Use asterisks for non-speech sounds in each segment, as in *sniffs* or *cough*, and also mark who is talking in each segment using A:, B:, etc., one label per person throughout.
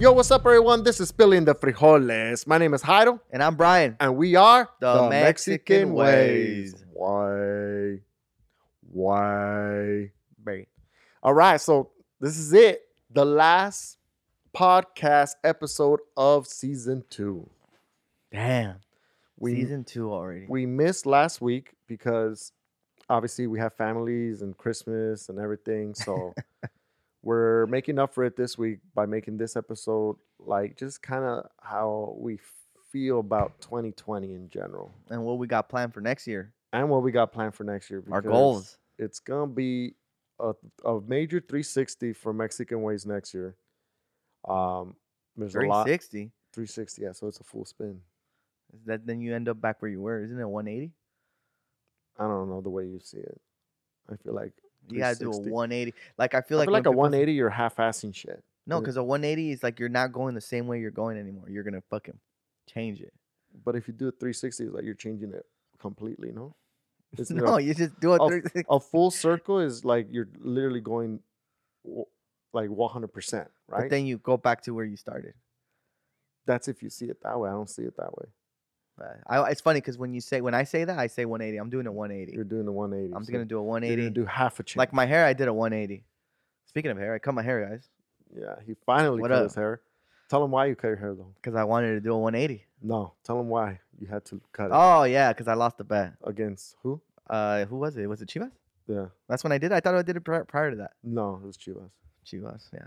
A: Yo, what's up, everyone? This is Billy in the Frijoles. My name is Jairo,
B: And I'm Brian.
A: and we are
B: The Mexican Ways.
A: Why? Why?
B: Barry.
A: All right, so this is it. The last podcast episode of season two.
B: Damn.
A: We
B: season two already.
A: we missed last week because obviously we have families and Christmas and everything.
B: *laughs*
A: So we're making up for it this week by making this episode like just kind of how we feel about 2020 in general
B: and what we got planned for next year.
A: and what we got planned for next year.
B: Our
A: because
B: goals.
A: It's going to be a, a major 360 for Mexican Ways next year. Um, there's a lot
B: 360.
A: 360, yeah. So it's a full spin.
B: That then you end up back where you were, isn't it? 180?
A: I don't know the way you see it. I feel like
B: You gotta do a
A: 360.
B: 180. Like I
A: I
B: feel like
A: feel like a
B: when people-
A: 180, you're half-assing shit.
B: No,
A: is it-
B: because a 180 is like you're not going the same way you're going anymore. You're gonna fucking change it.
A: But if you do a 360, it's like you're changing it completely, no?
B: *laughs*
A: It's like
B: no, you just do a
A: I'll-
B: 360.
A: a full circle is like you're literally going w- like 100%, right?
B: But then you go back to where you started.
A: That's if you see it that way. I don't see it that way.
B: But I, it's funny because when you say when I say that, I say 180. I'm doing a 180.
A: You're doing the 180.
B: I'm
A: so
B: just gonna do a
A: you're
B: 180.
A: gonna do half a change.
B: Like my hair, I did a 180. Speaking of hair, I cut my hair, guys,
A: yeah, he finally
B: What
A: cut
B: up?
A: his hair. Tell him why you cut your hair though.
B: because I wanted to do a 180.
A: No, tell him why you had to cut it
B: Oh yeah, because I lost the bet.
A: against who?
B: Uh, who was it? Was it Chivas?
A: Yeah,
B: That's when I did. it? I thought I did it prior, prior to that.
A: no, it was Chivas.
B: Chivas, yeah.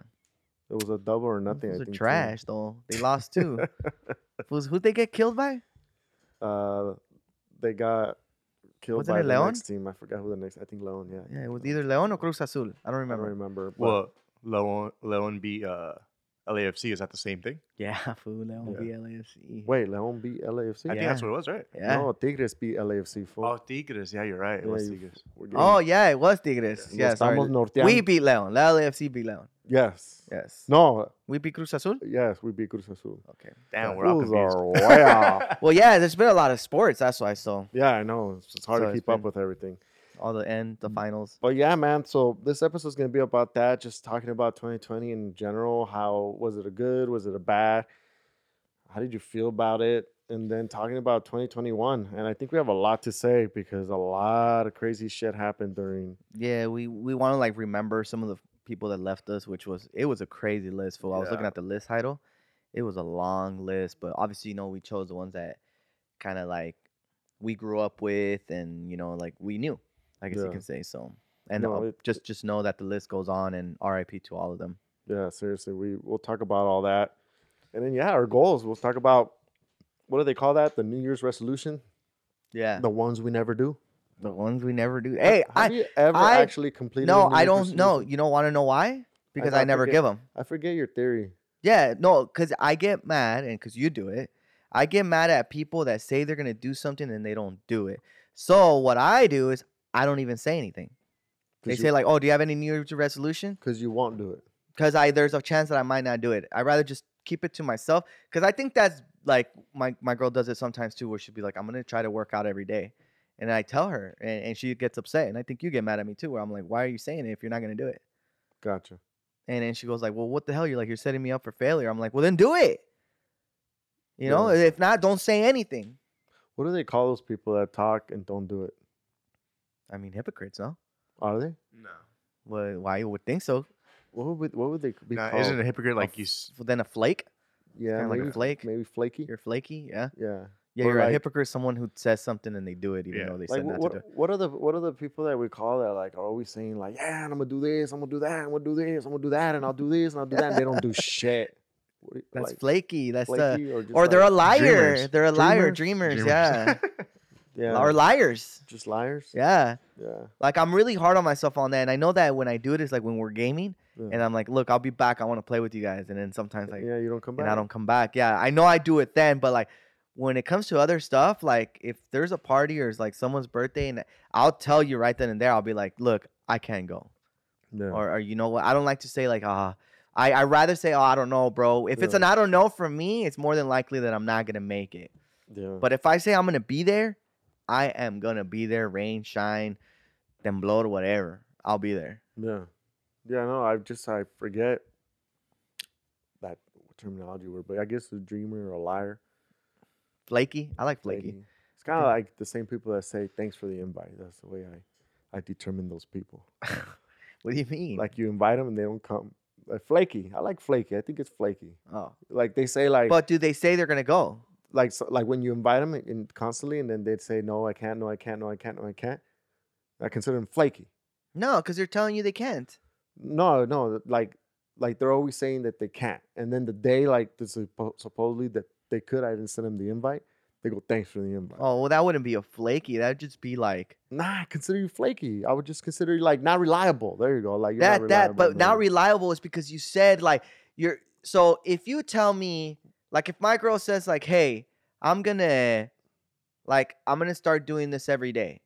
A: It was a double or nothing.
B: Those
A: I
B: are
A: think, too.
B: trash though. They lost too.
A: *laughs*
B: Who's who? They get killed by?
A: Uh, they got killed
B: Wasn't
A: by
B: it
A: the
B: León?
A: next team. I forgot who the next. I think Leon. Yeah. I
B: Yeah,
A: think
B: it was
A: León.
B: either León or Cruz Azul. I don't
A: I don't
B: remember.
A: remember. but
C: Well, Leon Leon beat uh, LAFC. Is that the same thing?
B: Yeah, *laughs* fool. León yeah. LAFC.
A: wait, Leon beat LAFC.
C: I think that's what it was, right?
B: Yeah.
A: No, Tigres beat LAFC. Fool.
C: Oh, Tigres. Yeah, you're right. It was
A: Yeah, you-
C: Tigres.
A: We're getting-
B: Oh yeah, it was Tigres.
A: Nos
B: Yeah, sorry.
A: estamos norteando.
B: We beat León. La LAFC beat León.
A: yes.
B: Yes.
A: No.
B: We beat Cruz Azul.
A: Yes, we beat Cruz Azul.
B: Okay.
C: Damn, we're all
A: Fools *laughs*
C: confused.
A: are way off.
B: Well, yeah, there's been a lot of sports. That's why. So
A: Yeah, I know. It's, it's hard
B: So
A: to
B: it's
A: keep up
B: been-
A: with everything.
B: all the end,
A: Mm.
B: the finals.
A: But yeah, man. So this episode's gonna be about that. Just talking about 2020 in general. How was it a good? Was it a bad? How did you feel about it? And then talking about 2021. And I think we have a lot to say because a lot of crazy shit happened during.
B: Yeah, we we want to like remember some of the people that left us, which was it was a crazy list. Fool. I was looking
C: Yeah.
B: at the list title. It was a long list, but obviously, you know, we chose the ones that kind of like we grew up with, and you know, like we knew. I guess
A: Yeah.
B: you can say so. And
A: No,
B: uh,
A: it-
B: just just know that the list goes on, and R.I.P. to all of them.
A: Yeah, seriously. We we'll talk about all that. And then yeah, our goals. We'll talk about what do they call that? The New Year's resolution.
B: Yeah,
A: The ones we never do.
B: the ones we never do.
A: Have-
B: Hey,
A: have
B: I
A: you ever
B: I-
A: actually completed? a
B: no,
A: New
B: I
A: Year's
B: don't know.
A: resolution?
B: You don't want to know why? Because I,
A: thought
B: never
A: forget-
B: give them.
A: I forget your theory.
B: Yeah, no, because I get mad, and because you do it, I get mad at people that say they're gonna do something and they don't do it. So what I do is I don't even say anything. They say like, "Oh, do you have any New Year's resolution?"
A: because you won't do it.
B: Because I there's a chance that I might not do it. I would rather just keep it to myself. Because I think that's like my my girl does it sometimes too, where she'll be like, "I'm gonna try to work out every day," and I tell her, and, and she gets upset, and I think you get mad at me too, where I'm like, "Why are you saying it if you're not gonna do it?"
A: Gotcha.
B: And then she goes like, "Well, what the hell? You're like you're setting me up for failure." I'm like, "Well, then do it." You know,
A: Yeah.
B: if not, don't say anything.
A: What do they call those people that talk and don't do it?
B: I mean, hypocrites, no?
A: Are they?
C: *laughs* No.
B: Well, why you would think so?
A: What would what would they be
C: Nah,
A: called?
C: isn't a hypocrite like you? s-
B: Well, then a flake,
A: yeah,
B: kinda like a
A: maybe,
B: flake.
A: maybe flaky.
B: you're flaky, yeah,
A: yeah,
B: yeah.
A: Or
B: You're a
A: like-
B: hypocrite, someone who says something and they do it, even
C: Yeah.
B: though they
A: like
B: said
A: wh-
B: not
A: what,
B: to do it.
A: what are the what are the people that we call that like are always saying like yeah I'm gonna do this I'm gonna do that I'm gonna do this I'm gonna do that and I'll do this and I'll do that and they don't
B: *laughs*
A: do shit. What do you-
B: That's
A: like,
B: flaky. That's uh,
A: flaky or, just
B: or they're a
A: like-
B: liar.
C: dreamers.
B: They're a liar. Dreamers,
C: Dreamers?
B: yeah.
A: *laughs* yeah,
B: Or liars,
A: just liars.
B: yeah.
A: yeah,
B: Like I'm really hard on myself on that, and I know that when I do it, it's like when we're gaming,
A: yeah.
B: and I'm like, "Look, I'll be back. I want to play with you guys," and then sometimes like.
A: yeah, you don't come back.
B: and I don't come back. Yeah, I know I do it then, but like when it comes to other stuff, like if there's a party or it's like someone's birthday, and I'll tell you right then and there, I'll be like, look, I can't go,
A: Yeah.
B: or, or you know what, I don't like to say like, ah, I I rather say, oh, I don't know, bro. If it's
A: Yeah.
B: an I don't know for me, it's more than likely that I'm not gonna make it.
A: Yeah.
B: But if I say I'm gonna be there, I am gonna be there. Rain, shine, temblor, whatever. I'll be there.
A: Yeah. Yeah, no, I just I forget that terminology word, but I guess a dreamer or a liar.
B: Flaky. I like flaky.
A: like, It's kind of like the same people that say thanks for the invite. That's the way I I determine those people.
B: *laughs* What do you mean?
A: Like you invite them and they don't come. Like flaky. I like flaky. I think it's flaky.
B: oh,
A: Like they say like
B: but do they say they're gonna go?
A: like so, like when you invite them in constantly and then they'd say no, I can't, no, I can't, no, I can't, no, I can't. I consider them flaky.
B: No, because they're telling you they can't.
A: No, no, like like they're always saying that they can't, and then the day like the suppo- supposedly that they could, I didn't send them the invite. They go, thanks for the invite.
B: Oh, well, that wouldn't be a flaky. That'd just be like
A: Nah, I consider you flaky. I would just consider you like not reliable. There you go. Like you're
B: that.
A: not
B: That, but
A: reliable,
B: not
A: man.
B: reliable is because you said like you're. So if you tell me, like, if my girl says like, "Hey, I'm gonna, like, I'm gonna start doing this every day,"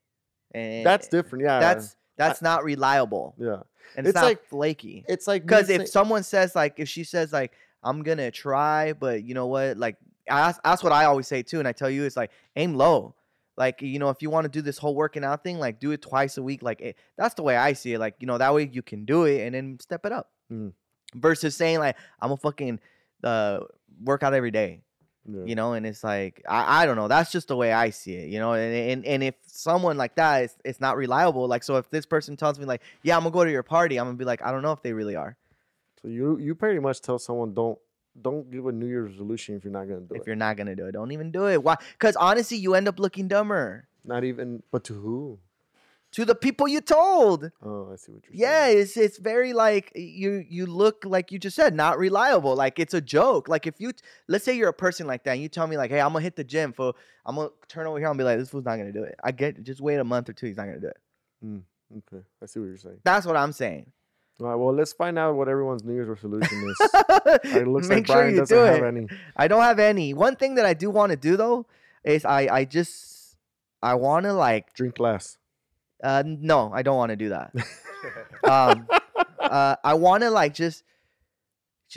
B: and
A: That's different. Yeah,
B: that's that's not reliable
A: yeah.
B: and it's,
A: it's
B: not
A: like-
B: flaky.
A: It's like me
B: Because if
A: say-
B: someone says like, if she says like, "I'm gonna try," but you know what, like, I, that's what I always say too, and I tell you, it's like aim low. Like you know, if you want to do this whole working out thing, like do it twice a week. Like eh, that's the way I see it. Like you know, that way you can do it and then step it up.
A: Mm.
B: Versus saying like, "I'm a fucking uh, work out every day."
A: yeah.
B: you know and it's like I, I don't know that's just the way i see it you know and and, and if someone like that is it's not reliable like so if this person tells me like yeah i'm gonna go to your party i'm gonna be like i don't know if they really are
A: So you you pretty much tell someone don't don't give a New Year's resolution if you're not gonna do
B: if
A: it.
B: you're not gonna do it don't even do it why because honestly you end up looking dumber
A: Not even, but to who?
B: to the people you told
A: Oh, I see what you're
B: yeah
A: saying.
B: it's it's very like you you look like you just said not reliable like it's a joke like if you t- let's say you're a person like that and you tell me like hey i'm gonna hit the gym for i'm gonna turn over here and be like this fool's not gonna do it i get just wait a month or two he's not gonna do it
A: Okay, I see what you're saying.
B: that's what i'm saying
A: All right, well, let's find out what everyone's New Year's resolution is.
B: *laughs*
A: It looks like
B: Make sure
A: Brian
B: you
A: doesn't
B: do
A: have
B: it.
A: any.
B: I don't have any. One thing that I do want to do though is I I just I want to like
A: Drink less.
B: uh no I don't want to do that. Um, uh, I want to like just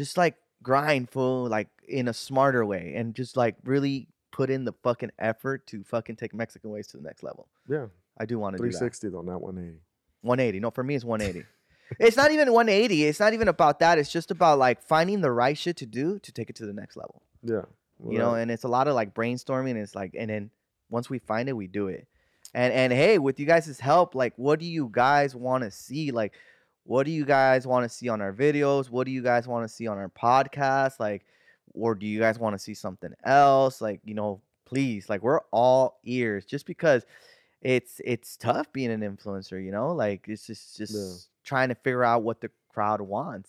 B: just like grind fool like in a smarter way and just like really put in the fucking effort to fucking take Mexican ways to the next level.
A: Yeah,
B: I do want to do that.
A: 360 though, not 180.
B: 180. No, for me, it's 180. it's not even 180. It's not even about that. It's just about like finding the right shit to do to take it to the next level.
A: Yeah,
B: you know and it's a lot of like brainstorming and it's like and then once we find it we do it and and hey with you guys' help like what do you guys want to see like what do you guys want to see on our videos what do you guys want to see on our podcast like or do you guys want to see something else like you know please like we're all ears just because it's it's tough being an influencer you know like it's just just trying to figure out what the crowd wants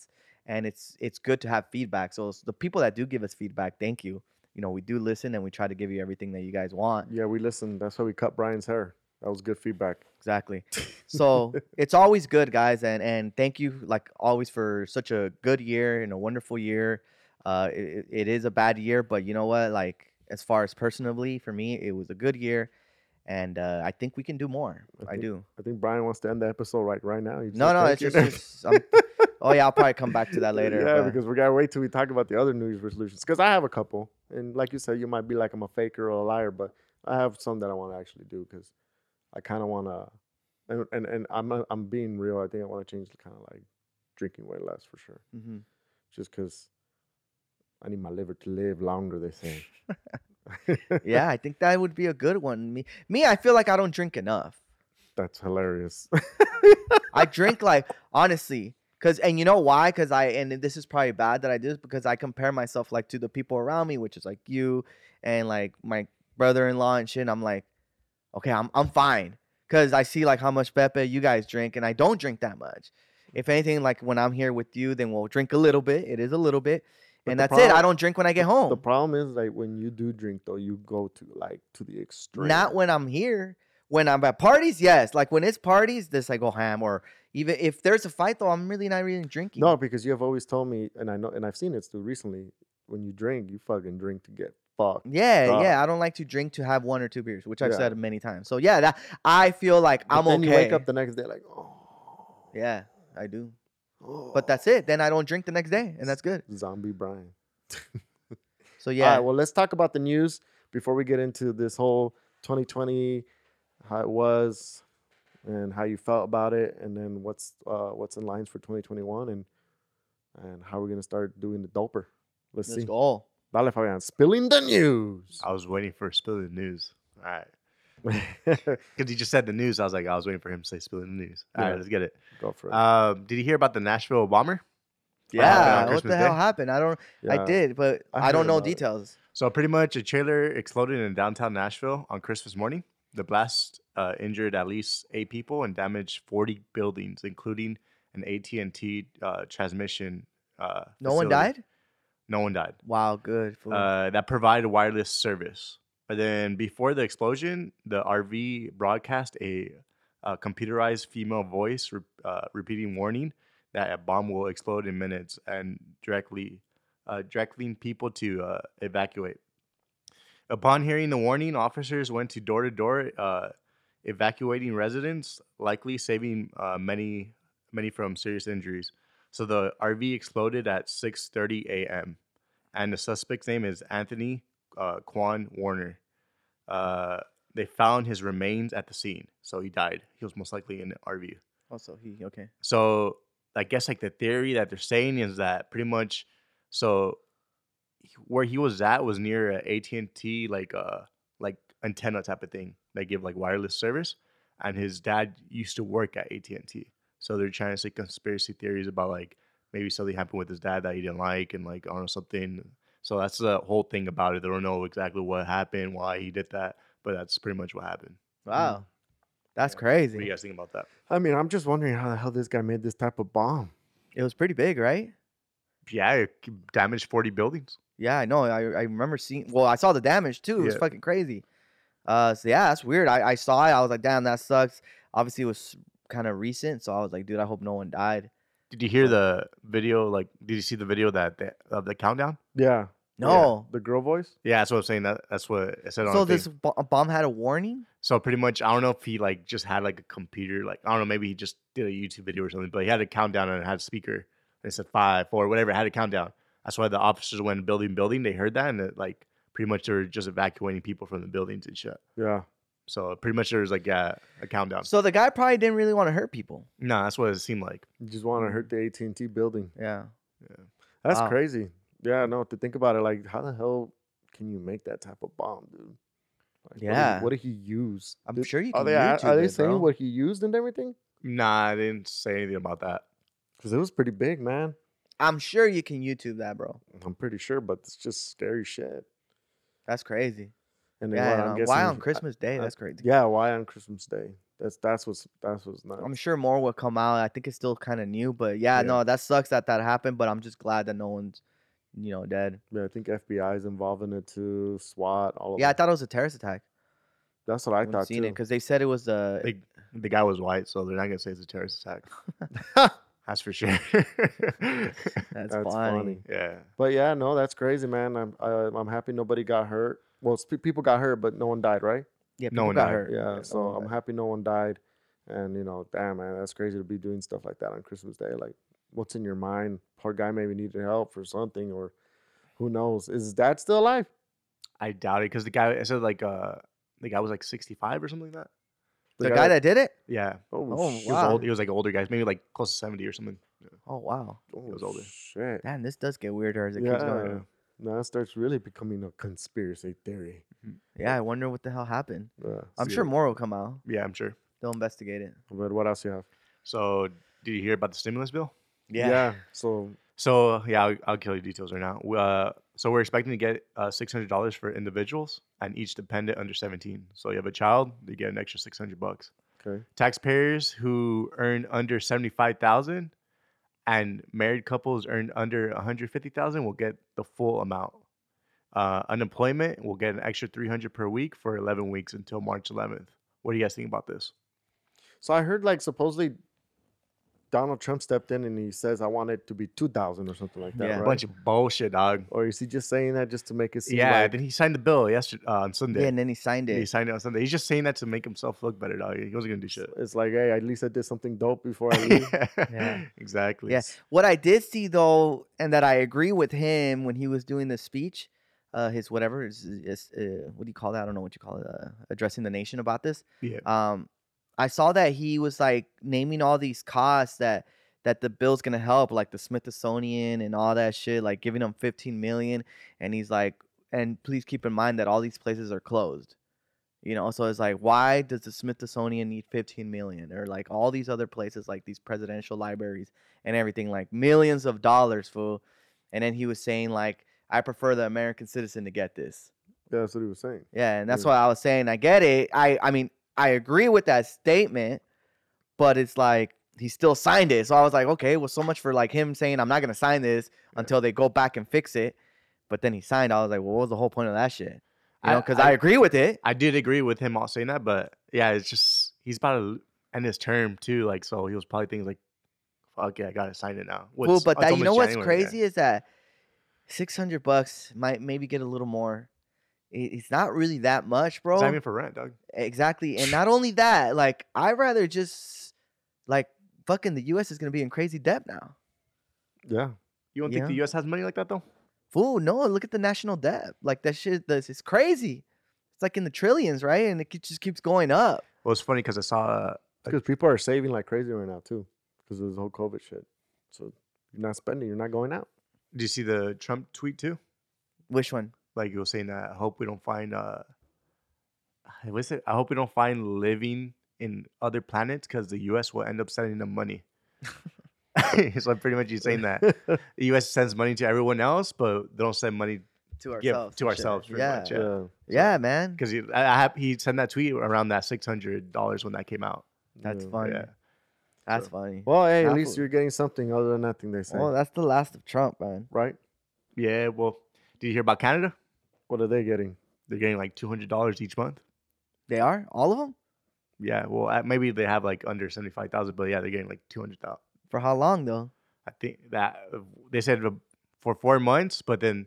B: and it's it's good to have feedback so it's the people that do give us feedback thank you you know we do listen and we try to give you everything that you guys want
A: yeah, we listened. That's why we cut Brian's hair. That was good feedback. *laughs*
B: exactly so it's always good guys and and thank you like always for such a good year and a wonderful year uh it, it is a bad year but you know what like as far as personally for me it was a good year and uh, I think we can do more.
A: I
B: I,
A: think-
B: do.
A: I think Brian wants to end the episode right right now. He just
B: No,
A: said
B: no,
A: thank
B: it's
A: you. *laughs*
B: just. it's- I'm- oh yeah, I'll probably come back to that later.
A: yeah,
B: but-
A: because we gotta wait till we talk about the other New Year's resolutions. Because I have a couple, and like you said, you might be like I'm a faker or a liar, but I have some that I want to actually do because I kind of want to. And, and and I'm uh, I'm being real. I think I want to change the kind of like drinking way less for sure,
B: Mhm.
A: just because I need my liver to live longer. They say.
B: *laughs* yeah, I think that would be a good one. Me, me, I feel like I don't drink enough.
A: That's hilarious. *laughs*
B: I drink like honestly, cause and you know why? Cause I and this is probably bad that I do this because I compare myself like to the people around me, which is like you and like my brother-in-law and shit. And I'm like, okay, I'm I'm fine, cause I see like how much Pepe you guys drink, and I don't drink that much. If anything, like when I'm here with you, then we'll drink a little bit. It is a little bit,
A: But
B: and
A: the
B: that's it. I
A: prob-
B: don't drink when I get home.
A: The problem is like when you do drink though, you go to like to the extreme.
B: Not when I'm here. When I'm at parties, yes. Like when it's parties, this I go ham. Or even if there's a fight, though, I'm really not really drinking.
A: No, because you have always told me, and I know, and I've seen it too recently. When you drink, you fucking drink to get fucked.
B: Yeah,
A: Stop.
B: yeah. I don't like to drink to have one or two beers, which I've
A: Yeah.
B: said many times. So yeah, that I feel like
A: But
B: I'm
A: then
B: okay.
A: you wake up the Oh. next day like, oh,
B: yeah, I do.
A: *sighs*
B: But that's it. Then I don't drink the next day, and that's good.
A: Zombie Brian.
B: So
A: All
B: yeah,
A: right, well, let's talk about the news before we get into this whole 2020, how it was, and how you felt about it, and then what's uh, what's in lines for 2021, and and how we're gonna start doing the doper. Let's,
B: let's
A: see.
B: go.
A: Dale Fabian, spilling the news.
C: I was waiting for spilling the news. All right.
B: Ah.
C: Because he just said the news. I was like, I was waiting for him to say spilling the news. All right,
A: Yeah.
C: let's get it.
A: *laughs* Go for it.
B: Uh,
C: Um, did you hear about the Nashville bomber?
B: Yeah,
C: on
B: what the
C: Christmas
B: hell
C: Day?
B: happened? I don't.
A: Yeah.
B: I did, but
A: I
B: I, don't
A: heard
B: know
A: about it.
B: details.
C: So pretty much a trailer exploded in downtown Nashville on Christmas morning. The blast uh, injured at least eight people and damaged 40 buildings, including an AT&T uh, transmission. Uh,
B: No one
C: facility.
B: died.
C: No one died.
B: Wow, good. fool.
C: Uh, that provided wireless service. But then before the explosion, the RV broadcast a, uh computerized female voice re- uh, repeating warning that a bomb will explode in minutes and directly uh, directing people to uh, evacuate. Upon hearing the warning, officers went to door to door, uh, evacuating residents, likely saving uh, many many from serious injuries. So the RV exploded at 6:30 a.m. and the suspect's name is Anthony uh, Quan Warner. Uh, they found his remains at the scene, so he died. He was most likely in the RV.
B: also, he
A: mm.
B: okay.
C: So I guess like the theory that they're saying is that pretty much so where he was at was near a AT&T like uh like antenna type of thing. They give like wireless service and his dad used to work at AT&T. So they're trying to say conspiracy theories about like maybe something happened with his dad that he didn't like and like I don't know something. So that's the whole thing about it. They don't know exactly what happened, why he did that, but that's pretty much what happened.
B: Wow, that's
C: Yeah. What do
B: crazy.
C: you guys think about that?
A: I mean, I'm just wondering how the hell this guy made this type of bomb.
B: It was pretty big, right?
C: Yeah, it damaged 40 buildings.
B: Yeah, I know. I, I remember seeing. Well, I saw the damage too. It was
C: Yeah.
B: fucking crazy. Uh, so yeah, that's weird. I, I saw it. I was like, damn, that sucks. Obviously, it was kind of recent, so I was like, dude, I hope no one died.
C: Did you hear the video? Like, did you see the video that the, of the countdown?
A: Yeah.
B: No.
A: The girl voice.
C: Yeah, that's what I'm saying. That that's what it said on.
B: So
C: the
B: this
C: thing.
B: bo- bomb had a warning.
C: So pretty much, I don't know if he like just had like a computer. Like I don't know, maybe he just did a YouTube video or something. But he had a countdown and it had a speaker. And it said five, four, whatever. It had a countdown. That's why the officers went building, building. They heard that and it, like pretty much they were just evacuating people from the buildings and shit.
A: Yeah.
C: So pretty much there was like a, a
A: Um
C: countdown.
B: So the guy probably didn't really want to hurt people.
C: no, that's what it seemed like.
A: You just want to hurt the AT&T building.
B: Yeah.
A: That's
B: Wow.
A: crazy. Yeah, no, to think about it, like how the hell can you make that type of bomb, dude? Like, what did-
B: Yeah.
A: What did he use?
B: I'm
A: Did-
B: sure you
A: Are
B: can
A: they a-
B: YouTube
A: are they
B: it,
A: saying
B: bro.
A: what he used and everything?
C: Nah, I didn't say anything about that.
A: Because it was pretty big, man.
B: I'm sure you can YouTube that, bro.
A: I'm pretty sure, but it's just scary shit.
B: That's crazy.
A: And then what,
B: Yeah.
A: I'm
B: and, uh,
A: guessing,
B: why on
A: I-
B: Christmas Day?
A: I-
B: That's crazy.
A: yeah, why on Christmas Day? That's that's what's that's what's nuts.
B: I'm sure more will come out. I think it's still kind of new, but yeah,
A: Yeah.
B: no, that sucks that that happened. But I'm just glad that no one's, you know, dead.
A: yeah, I think FBI is involved in it too. SWAT, all of
B: Yeah, I
A: them.
B: thought it was a terrorist attack.
A: that's what I
B: when
A: thought
B: seen it
A: too.
B: because they said it was uh, a.
C: They- The guy was white, so they're not gonna say it's a terrorist attack. *laughs* That's for sure.
B: That's,
A: That's
B: funny.
A: funny.
C: yeah.
A: But yeah, no, that's crazy, man. I'm I, I'm happy nobody got hurt. Well, sp- people got hurt, but no one died, right?
B: Yeah,
C: No
B: people
C: one
B: got
C: died.
B: hurt. Oh,
A: Yeah,
B: no
A: so
B: one
A: I'm
B: died.
A: happy no one died. And you know, damn man, that's crazy to be doing stuff like that on Christmas Day. Like, what's in your mind? Poor guy maybe needed help or something, or who knows? Is his dad still alive?
C: I doubt it because the guy I said like uh the guy was like sixty five or something like that.
B: the guy that did it.
C: Yeah,
A: oh,
B: Oh,
A: shit.
C: he was
B: Wow.
C: old. He was like an older guy, maybe like close to seventy or something.
B: Oh wow,
A: oh,
C: was older.
A: Shit.
B: damn, this does get weirder as it keeps
A: Yeah.
B: going.
A: Now it starts really becoming a conspiracy theory.
B: Yeah, I wonder what the hell happened.
A: Yeah.
B: I'm
C: See
B: sure
C: it.
B: more will come out.
C: Yeah, I'm sure.
B: They'll investigate it.
A: But what else you have?
C: So did you hear about the stimulus bill?
A: So
C: So yeah, I'll, I'll kill you details right now. We- Uh, so we're expecting to get uh, six hundred dollars for individuals and each dependent under seventeen. So you have a child, you get an extra six hundred bucks.
A: okay.
C: taxpayers who earn under 75,000 and married couples earn under 150,000 will get the full amount. Uh, unemployment will get an extra 300 per week for 11 weeks until March 11th. What do you guys think about this?
A: So I heard like supposedly Donald Trump stepped in and he says, "I want it to be 2,000 or something like that."
B: Yeah.
A: right?
C: A bunch of bullshit, dog.
A: or is he just saying that just to make it seem
C: Yeah,
A: like
C: then he signed the bill yesterday uh, on Sunday.
B: Yeah, and then he signed
C: he
B: it.
C: signed it on Sunday. He's just saying that to make himself look better, dog. He wasn't gonna do shit.
A: it's like, hey, at least I did something dope before
C: *laughs*
A: I leave.
B: Yeah.
C: exactly.
B: Yeah. What I did see though, and that I agree with him when he was doing the speech, uh, his whatever is, is uh, what do you call that? I don't know what you call it. Uh, addressing the nation about this.
C: Yeah.
B: Um, I saw that he was like naming all these costs that that the bill's gonna help, like the Smithsonian and all that shit, like giving them 15 million, and he's like, and please keep in mind that all these places are closed. You know, so it's like, why does the Smithsonian need 15 million, or like all these other places, like these presidential libraries and everything, like millions of dollars, fool. And then he was saying like, I prefer the American citizen to get this.
A: Yeah, that's what he was saying.
B: Yeah, and that's
A: Yeah.
B: why I was saying I get it. I I mean I agree with that statement, but it's like he still signed it. So I was like, okay, well, so much for like him saying I'm not gonna sign this until they go back and fix it. But then he signed. I was like, well, what was the whole point of that shit? You
C: I-
B: know, because I,
C: I-
B: agree with it.
C: I did agree with him all saying that, but yeah, it's just he's about to end his term too. Like, so he was probably thinking like, "Fuck yeah, I gotta sign it now."
B: Cool,
C: What's-
B: but
C: oh, it's
B: that you
C: almost
B: know what's
C: January, yeah.
B: crazy is that 600 bucks might maybe get a little more. It- It's not really that much, bro.
C: It's not even for rent, dog.
B: Exactly. And
C: *laughs*
B: not only that, like I rather just like fucking the US is gonna be in crazy debt now.
A: Yeah,
C: You don't
B: Yeah.
C: think the U.S. has money like that though?
B: Fool, no, look at the national debt. Like that shit this is crazy. It's like in the trillions, right? And it ke- just keeps going up.
C: Well, it's funny because I saw uh,
A: because people are saving like crazy right now too, because of this whole COVID shit. So you're not spending, you're not going out.
C: Did you see the Trump tweet too?
B: Which one?
C: Like he was saying that I hope we don't find uh what's it? I hope we don't find living in other planets because the US will end up sending them money. *laughs* so pretty much he's saying that *laughs*
A: yeah.
C: the US sends money to everyone else, but they don't send money
B: To
C: give to
B: sure.
C: ourselves pretty
B: Yeah.
C: much. Yeah.
A: yeah,
B: Yeah, man.
C: Because he, I, I hap- he sent that tweet around that six hundred dollars when that came out.
B: That's
A: yeah.
B: funny.
C: Yeah,
B: That's funny. Well,
A: Well, hey, at
B: Half
A: least
B: of-
A: you're getting something other than nothing. They say,
B: that's the last of Trump, man.
A: right?
C: yeah. Well, did you hear about Canada?
A: What are they getting?
C: They're getting like two hundred dollars each month.
B: They are? All of them?
C: Yeah. Well, uh, maybe they have like under seventy five thousand, but yeah, they're getting like two hundred thousand.
B: For how long though?
C: I think that uh, they said uh, for four months, but then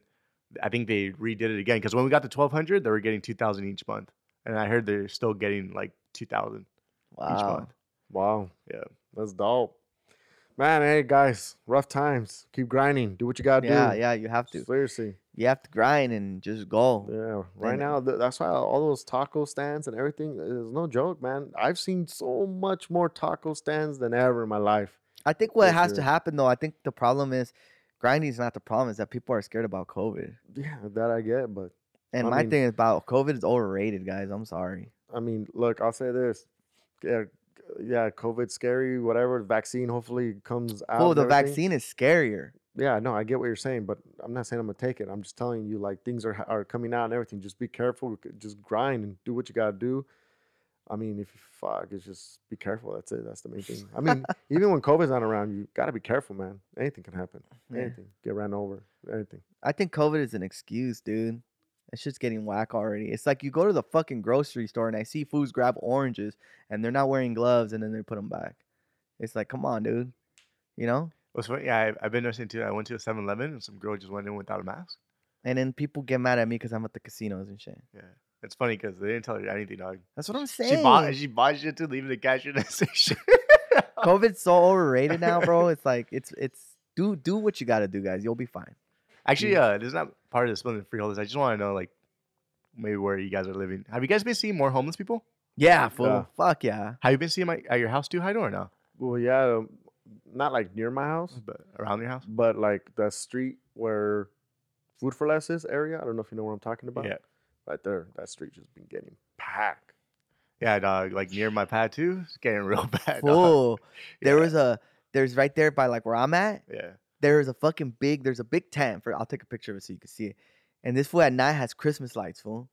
C: I think they redid it again because when we got to twelve hundred, they were getting two thousand each month, and I heard they're still getting like two thousand each
B: Wow.
C: month.
A: Wow.
C: Yeah.
A: that's dope. Man, hey guys, rough times. Keep grinding. Do what you gotta
B: Yeah,
A: do.
B: yeah, you have to.
A: Seriously.
B: You have to grind and just go.
A: Yeah, right
B: And-
A: now th- that's why all those taco stands and everything is no joke, man. I've seen so much more taco stands than ever in my life.
B: I think what
A: For
B: has to
A: sure.
B: happen though, I think the problem is grinding is not the problem, is that people are scared about COVID.
A: Yeah, that I get, but
B: And
A: I
B: my
A: mean-
B: thing is about COVID is overrated, guys. I'm sorry.
A: I mean, look, I'll say this. Yeah, yeah, COVID's scary, whatever. Vaccine hopefully comes out.
B: Oh,
A: and
B: the
A: everything.
B: vaccine is scarier.
A: Yeah, no, I get what you're saying, but I'm not saying I'm gonna take it. I'm just telling you, like things are are coming out and everything. Just be careful. c- Just grind and do what you gotta do. I mean, if you fuck, it's just be careful. That's it. That's the main thing. I mean, even when COVID's not around, you gotta be careful, man. Anything can happen.
B: Yeah.
A: Anything. Get ran over. Anything.
B: I think COVID is an excuse, dude. That shit's getting whack already. It's like you go to the fucking grocery store and I see fools grab oranges and they're not wearing gloves and then they put them back. It's like, come on, dude. You know?
C: What's funny? Yeah, I've, I've been noticing too. I went to a 7-Eleven and some girl just went in without a mask.
B: And then people get mad at me because I'm at the casinos and shit.
C: Yeah, it's funny because they didn't tell her anything, dog.
B: That's what I'm saying.
C: She bought she bought shit to leave the *laughs* cashier and say shit.
B: COVID's so overrated now, bro. *laughs* It's like it's it's do do what you gotta do, guys. You'll be fine.
C: Actually, uh, this is not part of the spilling the freeholders. I just want to know like maybe where you guys are living. Have you guys been seeing more homeless people?
B: Yeah, fool.
A: Yeah.
B: Fuck *laughs* yeah.
C: Have you been seeing my, at your house too, Heido, or no?
A: Well, yeah, um, not like near my house,
C: But around your house?
A: but like the street where Food for Less is area. I don't know if you know what I'm talking about.
C: Yeah,
A: Right there, that street just been getting packed.
C: yeah, dog. Like near my pad too. It's getting real *laughs* bad. dog.
B: Fool. There
C: Yeah,
B: was a there's right there by like where I'm at.
C: yeah.
B: there is a fucking big there's a big tent for I'll take a picture of it so you can see it. And this fool at night has Christmas lights, fool.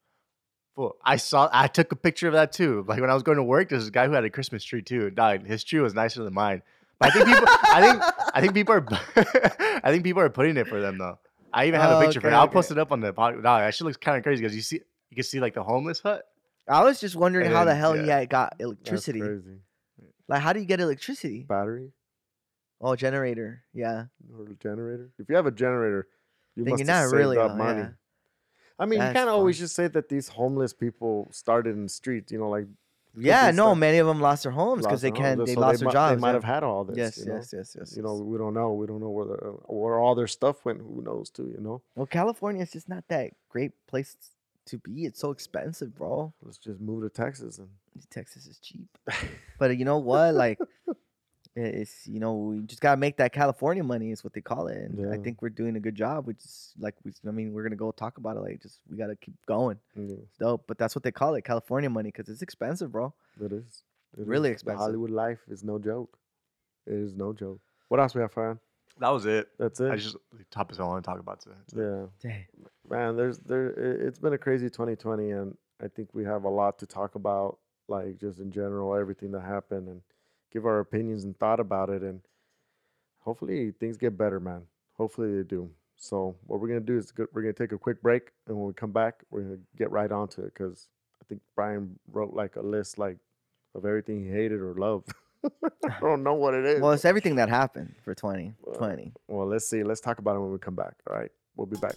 C: Fool. I saw. I took a picture of that too. Like when I was going to work, there's this guy who had a Christmas tree too. Died. His tree was nicer than mine. But I think people.
A: *laughs*
C: I think. I think people are. *laughs* I think people are putting it for them though. I even had
B: Oh,
C: a picture for it.
B: okay,
C: I'll
B: okay.
C: post it up on the podcast. Dog, that shit looks kind of crazy because you see, you can see like the homeless hut.
B: I was just wondering how the
C: And,
B: hell he
C: yeah.
B: had got
A: That's
B: electricity.
A: crazy.
B: Like how do you get electricity?
A: Battery.
B: Oh, generator. Yeah.
A: or generator. If you have a generator, you
B: Then
A: must
B: you're
A: have
B: not
A: saved
B: really
A: up
B: on-
A: money.
B: yeah.
A: I mean, you
B: That's
A: can't always
B: fun.
A: just say that these homeless people started in the street. You know, like
B: Yeah.
A: be
B: No,
A: stuck-
B: many of them lost their homes
A: lost
B: because they
A: their homes,
B: can't. They
A: so
B: lost their
A: mi-
B: jobs.
A: They might
B: yeah.
A: have had all this.
B: Yes,
A: you know?
B: yes, yes, yes.
A: You know,
B: yes.
A: we don't know. We don't know where the, where all their stuff went. Who knows? Too. You know,
B: Well, California is just not that great place to be. It's so expensive, bro.
A: let's just move to Texas and
B: Texas
A: *laughs*
B: is cheap. But you know what? Like, i- it's you know we just gotta make that California money is what they call it, and I
A: Yeah.
B: think we're doing a good job. Which is like we, I mean, we're gonna go talk about it. Like, just we gotta keep going.
A: yeah,
B: It's dope, but that's what they call it, California money, because it's expensive, bro.
A: that is it is.
B: Really
A: The
B: expensive.
A: Hollywood life is no joke. It is no joke. What else we have, Fran?
C: That was it.
A: That's it.
C: I just the topics I want to talk about today. That's it.
A: yeah.
B: Dang.
A: man there's there i- it's been a crazy 2020 and i think we have a lot to talk about like just in general everything that happened and give our opinions and thought about it and hopefully things get better man hopefully they do so what we're gonna do is go- we're gonna take a quick break and when we come back we're gonna get right onto it because i think brian wrote like a list like of everything he hated or loved *laughs* i don't know what it is
B: Well, it's everything that happened for 2020.
A: Well, well let's see let's talk about it when we come back all right we'll be back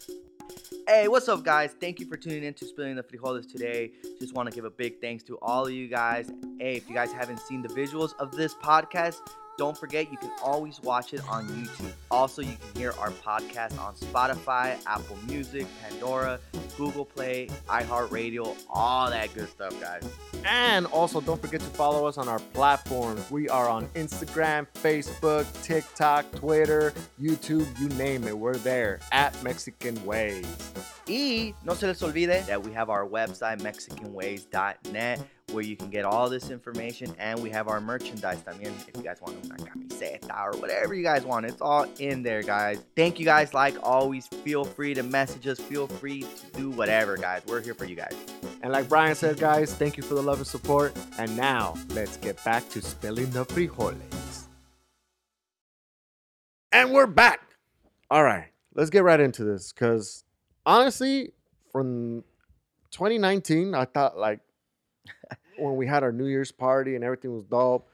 B: Hey, what's up, guys? Thank you for tuning in to Spilling the Frijoles today. Just want to give a big thanks to all of you guys. Hey, if you guys haven't seen the visuals of this podcast, don't forget you can always watch it on YouTube. Also, you can hear our podcast on Spotify, Apple Music, Pandora, Google Play, iHeartRadio, all that good stuff, guys.
A: And also, don't forget to follow us on our platforms. We are on Instagram, Facebook, TikTok, Twitter, YouTube, you name it. We're there at Mexican Ways.
B: Y no se les olvide that we have our website, MexicanWays.net, where you can get all this information and we have our merchandise también. If you guys want una camiseta or whatever you guys want, it's all in there, guys. Thank you guys. Like always, feel free to message us, feel free to do whatever, guys. We're here for you guys.
A: And like Brian said, guys, thank you for the love and support. And now, let's get back to spilling the frijoles. And we're back. All right, let's get right into this because honestly, from 2019, I thought like *laughs* when we had our New Year's party and everything was dope,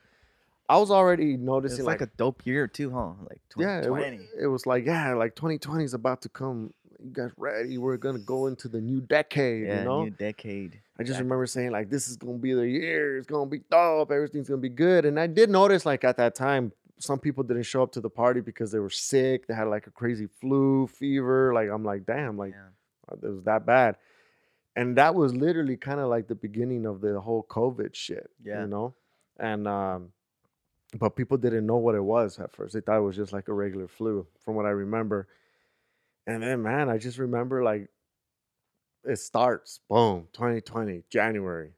A: I was already noticing like,
B: a dope year too, huh? Like
A: yeah, it, wa- it was like yeah, like 2020 is about to come. You guys ready? We're gonna go into the new decade. you know,
B: decade.
A: I just
B: Exactly.
A: remember saying like, "This is gonna be the year. It's gonna be dope. Everything's gonna be good." And I did notice like at that time, some people didn't show up to the party because they were sick. They had like a crazy flu, fever. Like I'm like, damn, like it was that bad. And that was literally kind of like the beginning of the whole COVID shit.
B: Yeah.
A: You know, and um, but people didn't know what it was at first. They thought it was just like a regular flu, from what I remember. And then, man, I just remember like it starts, boom, 2020, January.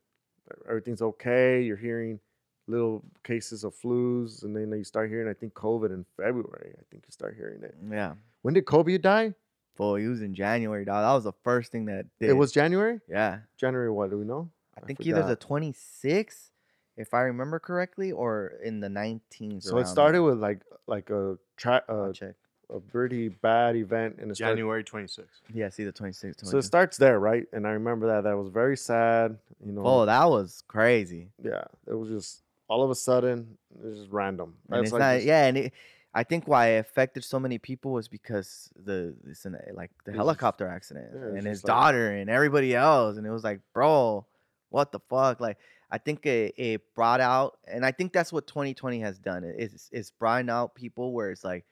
A: Everything's okay. You're hearing little cases of flus, and then you start hearing, I think, COVID in February. I think you start hearing it.
B: yeah.
A: When did Kobe die?
B: Boy, he was in January, dog. That was the first thing that
A: It was January.
B: Yeah.
A: January. What do we know?
B: I
A: I
B: think either the
A: forgot.
B: 26, if I remember correctly, or in the 19s.
A: So it started with like like a tra- uh,
B: check.
A: a pretty bad event in January.
C: January 26th.
B: Yeah, see the 26,
A: So
B: 26.
A: it starts there, right? And I remember that that was very sad. You know,
B: oh, that was crazy.
A: yeah, it was just all of a sudden, it was just random.
B: And
A: That's
B: it's
A: like
B: not,
A: just-
B: yeah, and it, I think why it affected so many people was because the it's an, like the
A: It's just-
B: helicopter accident
A: yeah, it's
B: and
A: just
B: his
A: like-
B: daughter and everybody else, and it was like, bro, what the fuck? Like, I think it, it brought out, and I think that's what 2020 has done. It, it's it's brought out people where it's like,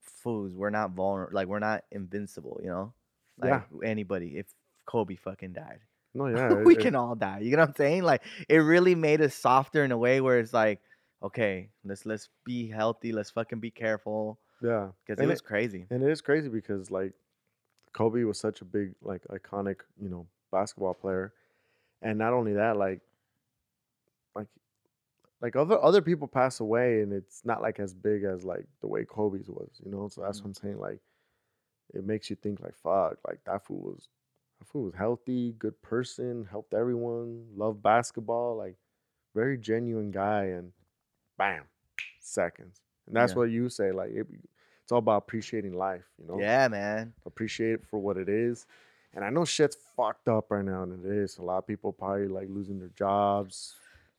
B: fools, we're not vulnerable, like we're not invincible, you know, like anybody. If Kobe fucking died. *laughs*
A: No, yeah,
B: we
A: it- it-
B: can all die. You know what I'm saying? Like it really made us softer in a way where it's like, okay, let's let's be healthy, let's fucking be careful
A: yeah,
B: because it
A: And
B: was crazy.
A: And it is crazy because like Kobe was such a big, like iconic, you know, basketball player. And not only that, like like like other other people pass away and it's not like as big as like the way Kobe's was, you know? So that's what I'm saying. Like it makes you think like fuck, like that fool was that fool was healthy, good person, helped everyone, loved basketball, like very genuine guy and bam, seconds. And that's
B: Yeah.
A: what you say, like it, it's all about appreciating life, you know?
B: Yeah, man.
A: Appreciate it for what it is. And I know shit's fucked up right now, and it is. A lot of people probably like losing their jobs,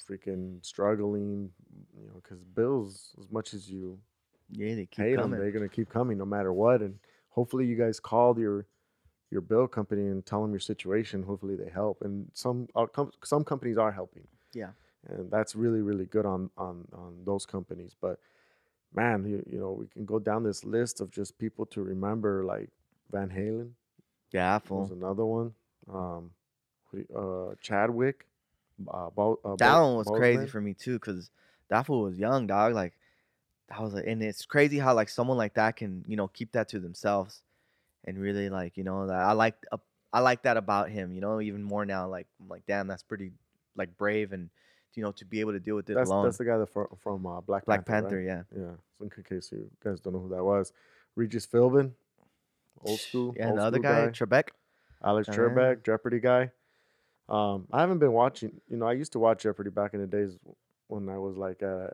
A: freaking struggling, you know, because bills, as much as you
B: Yeah, they keep
A: pay them.
B: coming.
A: They're gonna keep coming no matter what. And hopefully, you guys called your your bill company and tell them your situation. Hopefully, they help. And some are, com- some companies are helping.
B: Yeah.
A: and that's really really good on on on those companies. But man, you, you know we can go down this list of just people to remember. Like Van Halen
B: Yeah,
A: was
B: fool.
A: another one. Um, who do you- uh, Chadwick. Uh, Bo- uh,
B: That
A: Bo-
B: one was crazy
A: Boseman.
B: for me too, cause that fool was young, dog. Like that was, a, and it's crazy how like someone like that can you know keep that to themselves, and really like you know that I like uh, I like that about him. You know, even more now. Like I'm like damn, that's pretty like brave and you know to be able to deal with it
A: That's,
B: alone.
A: that's the guy that from, from uh, Black
B: Black
A: Panther, right?
B: Panther, yeah.
A: Yeah, so in case you guys don't know who that was, Regis Philbin, old school, old
B: Yeah, and the other
A: school
B: guy, Trebek.
A: Alex
B: Uh,
A: Trebek, Jeopardy guy. Um, I haven't been watching. You know, I used to watch Jeopardy back in the days when I was like, uh,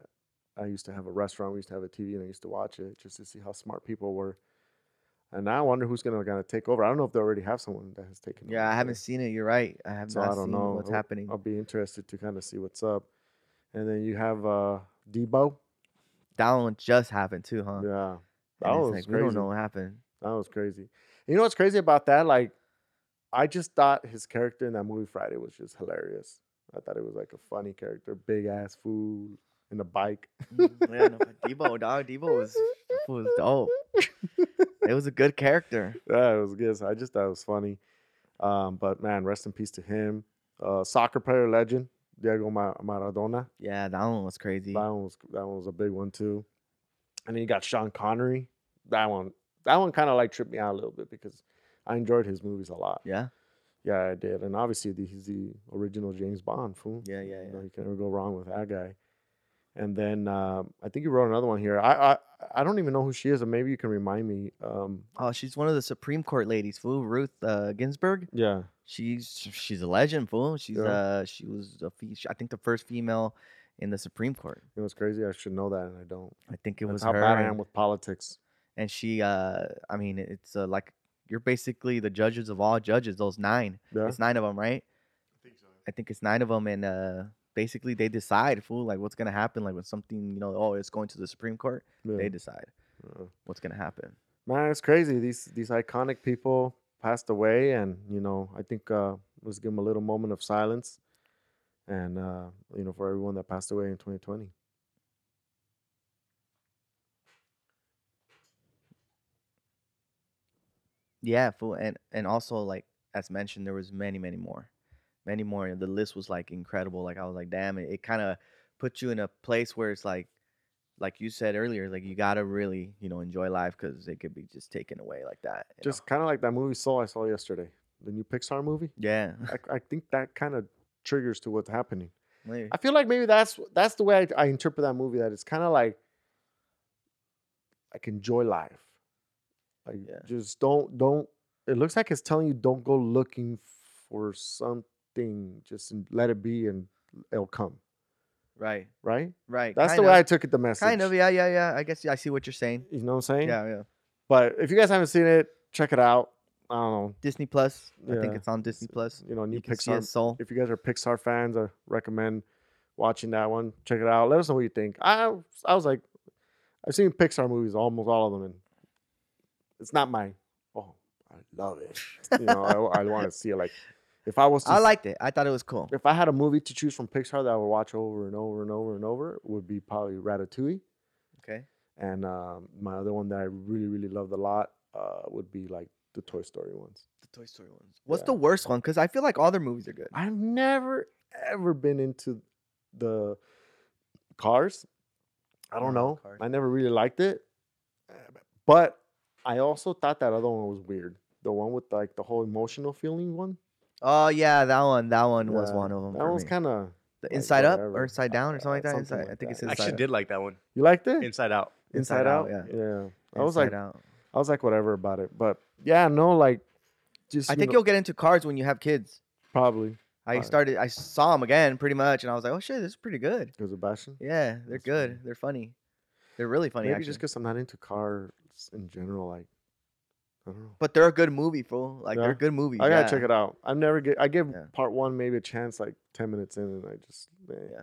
A: I used to have a restaurant, we used to have a TV, and I used to watch it just to see how smart people were. And now I wonder who's gonna kind of take over. I don't know if they already have someone that has taken.
B: Yeah,
A: over,
B: I
A: so
B: haven't seen it. You're right. I have
A: So I
B: not
A: don't
B: seen
A: know. oh,
B: what's
A: I'll-
B: happening.
A: I'll be interested to kind of see what's up. And then you have uh, Debo.
B: That one just happened too, huh?
A: Yeah, that
B: And
A: was
B: it's like we
A: crazy.
B: don't know
A: *laughs*
B: what happened. *laughs*
A: That was crazy. You know what's crazy about that? Like, I just thought his character in that movie Friday was just hilarious. I thought it was like a funny character, big ass fool in a bike.
B: yeah, no, but Debo, dog, Debo
A: *laughs*
B: was was Oh, dope. It was a good character.
A: Yeah, it was good. So I just thought it was funny. Um, but man, rest in peace to him. Uh, soccer player legend Diego Ma- Maradona.
B: Yeah, that one was crazy.
A: That one was that one was a big one too. And then you got Sean Connery. That one that one kind of like tripped me out a little bit because I enjoyed his movies a lot.
B: Yeah,
A: Yeah, I did. And obviously, the, he's the original James Bond, fool.
B: Yeah, yeah,
A: You,
B: yeah.
A: know, you can never go wrong with that guy. And then um, I think you wrote another one here. I, I I don't even know who she is, or maybe you can remind me. Um,
B: oh, she's one of the Supreme Court ladies, fool. Ruth uh, Ginsburg.
A: yeah,
B: She's she's a legend, fool. She's
A: Yeah.
B: uh she was a fe- I think the first female in the Supreme Court.
A: it was crazy. I should know that, and I don't.
B: I think it
A: That's
B: was
A: how
B: her.
A: bad I
B: and-
A: am with politics.
B: and she uh i mean it's uh, like you're basically the judges of all judges those nine
A: Yeah,
B: it's nine of them right
C: think so.
B: i think it's nine of them and uh basically they decide fool like what's gonna happen like when something you know oh it's going to the supreme court
A: yeah.
B: they decide
A: Uh,
B: what's gonna happen
A: man, it's crazy. These these iconic people passed away, and you know, I think uh, let's give them a little moment of silence, and uh, you know, for everyone that passed away in 2020.
B: yeah fool and and also like as mentioned there was many many more many more and the list was like incredible like i was like damn it, it kind of puts you in a place where it's like like you said earlier like you gotta really you know enjoy life because it could be just taken away like that you know?
A: Just kind of like that movie Soul I saw yesterday, the new Pixar movie.
B: yeah
A: I, I think that kind of triggers to what's happening.
B: Maybe.
A: I feel like maybe that's that's the way I, I interpret that movie. That it's kind of like like enjoy life, like
B: Yeah.
A: just don't don't. It looks like it's telling you don't go looking for something. Just en- let it be and it'll come.
B: Right,
A: Right.
B: right.
A: That's the
B: kind
A: way
B: of,
A: I took it. The message.
B: kind of. Yeah, yeah, yeah. I guess I see what you're saying.
A: You know what I'm saying?
B: Yeah, yeah.
A: But if you guys haven't seen it, check it out. I don't know.
B: Disney Plus. I think
A: Yeah,
B: it's on Disney Plus.
A: You know, new
B: You can see
A: Pixar
B: his soul.
A: if you guys are Pixar fans, I recommend watching that one. Check it out. Let us know what you think. I I was like, I've seen Pixar movies, almost all of them, and it's not my. Oh, I love it. You know, I, I want to see it. Like, if I was, to,
B: I
A: s-
B: liked it. I thought it was cool.
A: If I had a movie to choose from Pixar that I would watch over and over and over and over, it would be probably Ratatouille.
B: Okay.
A: And um, my other one that I really really loved a lot uh, would be like the Toy Story ones.
B: The Toy Story ones. What's
A: Yeah.
B: the worst one? Because I feel like all their movies are good.
A: I've never ever been into the cars. I don't
B: No,
A: know.
B: Cars.
A: I never really liked it. Uh, But I also thought that other one was weird. The one with like the whole emotional feeling one.
B: Oh yeah, that one. That one was
A: Yeah,
B: one of them.
A: That one's kind
B: kind
A: of
B: of
A: like,
B: the Inside Up
A: whatever.
B: or Inside Down or something like that.
A: something
B: inside,
A: like
B: I think it's
A: that.
C: I
B: Inside.
C: actually did like that one.
A: you liked it.
C: Inside Out.
A: Inside, out. Yeah. I was like,
B: Inside Out.
A: I was like, whatever about it. But yeah, no, like, just
B: I
A: you
B: think
A: know,
B: you'll get into cars when you have kids.
A: probably
B: I
A: Alright.
B: started. I saw them again, pretty much, and I was like, "Oh shit, this is pretty good."
A: because of Bastion.
B: Yeah, they're
A: That's funny.
B: good. They're funny. They're really funny.
A: Maybe
B: actually.
A: just because I'm not into cars in general. Like, I don't know.
B: But they're a good movie, fool. Like
A: Yeah.
B: they're good *laughs* movies.
A: I gotta check it out. I never get. I give
B: Yeah.
A: part one maybe a chance like ten minutes in, and I just eh. yeah.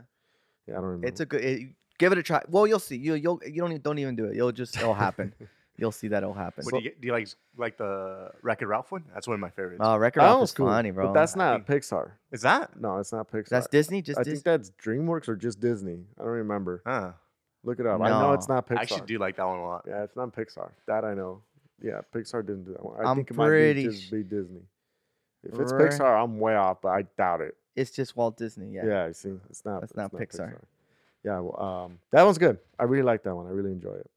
B: Yeah.
A: I don't remember.
B: It's a good. It, Give it a try. Well, you'll see. You you'll you don't even, don't even do it. You'll just
A: *laughs*
B: it'll happen. you'll see that it'll happen.
C: What do, you, do you like like the Wreck-It Ralph one? That's one of my favorites.
B: Oh, record
A: That
B: Ralph
A: was
B: is
A: cool,
B: funny, bro.
A: but that's not Pixar.
C: Is that?
A: No, it's not Pixar.
B: that's Disney. Just
A: I
B: Disney.
A: think that's DreamWorks or just Disney. I don't remember.
C: Huh.
A: Look it up. I know
B: No.
A: it's not Pixar.
C: I actually do like that one a lot.
A: Yeah, it's not Pixar. That I know. Yeah, Pixar didn't do that one. I
B: I'm
A: think it might be
B: pretty
A: just
B: sh-
A: be Disney. If it's
B: Right.
A: Pixar, I'm way off, but I doubt it.
B: it's just Walt Disney. Yeah.
A: Yeah, I see. It's not.
B: That's
A: it's
B: not Pixar.
A: Yeah, well, um, that one's good. I really like that one. I really enjoy it.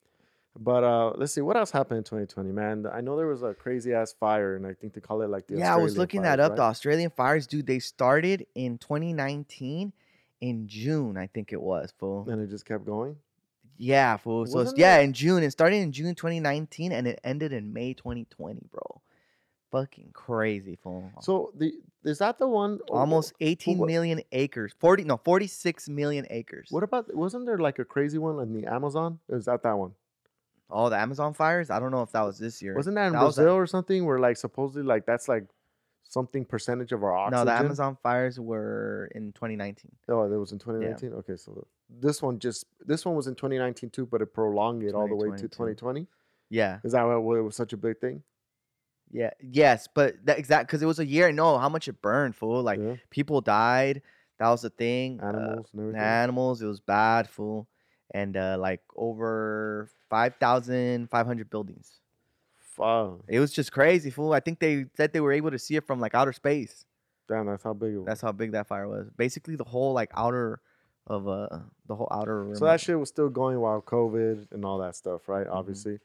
A: But uh, let's see what else happened in 2020, man. I know there was a crazy ass fire, and I think they call it like the
B: Yeah, I was
A: Australian
B: looking
A: fires,
B: that up.
A: right?
B: The Australian fires, dude. They started in 2019 in June, I think it was, fool.
A: And it just kept going.
B: Yeah, fool. So it's,
A: Wasn't
B: yeah,
A: it-
B: in June. It started in June 2019 and it ended in May 2020, bro. Fucking crazy, fool.
A: So the is that the one? or-
B: Almost 18
A: what-
B: million acres. 40 no, 46 million acres.
A: What about? Wasn't there like a crazy one on the Amazon? Is that that one?
B: All the Amazon fires? I don't know if that was this year.
A: Wasn't that in
B: That was a-
A: Brazil or something? Where like supposedly like that's like something percentage of our oxygen.
B: No, the Amazon fires were in 2019.
A: Oh, that was in 2019. Okay, so this one just this one was in 2019 too, but it prolonged it all the way to
B: 2022.
A: 2020.
B: Yeah.
A: Is that why why it was such a big thing?
B: Yeah. Yes, but that exact cuz it was a year. No, how much it burned, fool. Like
A: Yeah,
B: people died. That was the thing. uh,
A: animals and everything.
B: animals. It was bad, fool. And uh, like over 5,500 buildings.
A: Fuck.
B: It was just crazy, fool. I think they said they were able to see it from like outer space.
A: Damn, that's how big it was.
B: That's how big that fire was. Basically, the whole like outer of uh the whole outer. Rim
A: so
B: of-
A: that shit was still going while COVID and all that stuff, right?
B: Mm-hmm.
A: Obviously,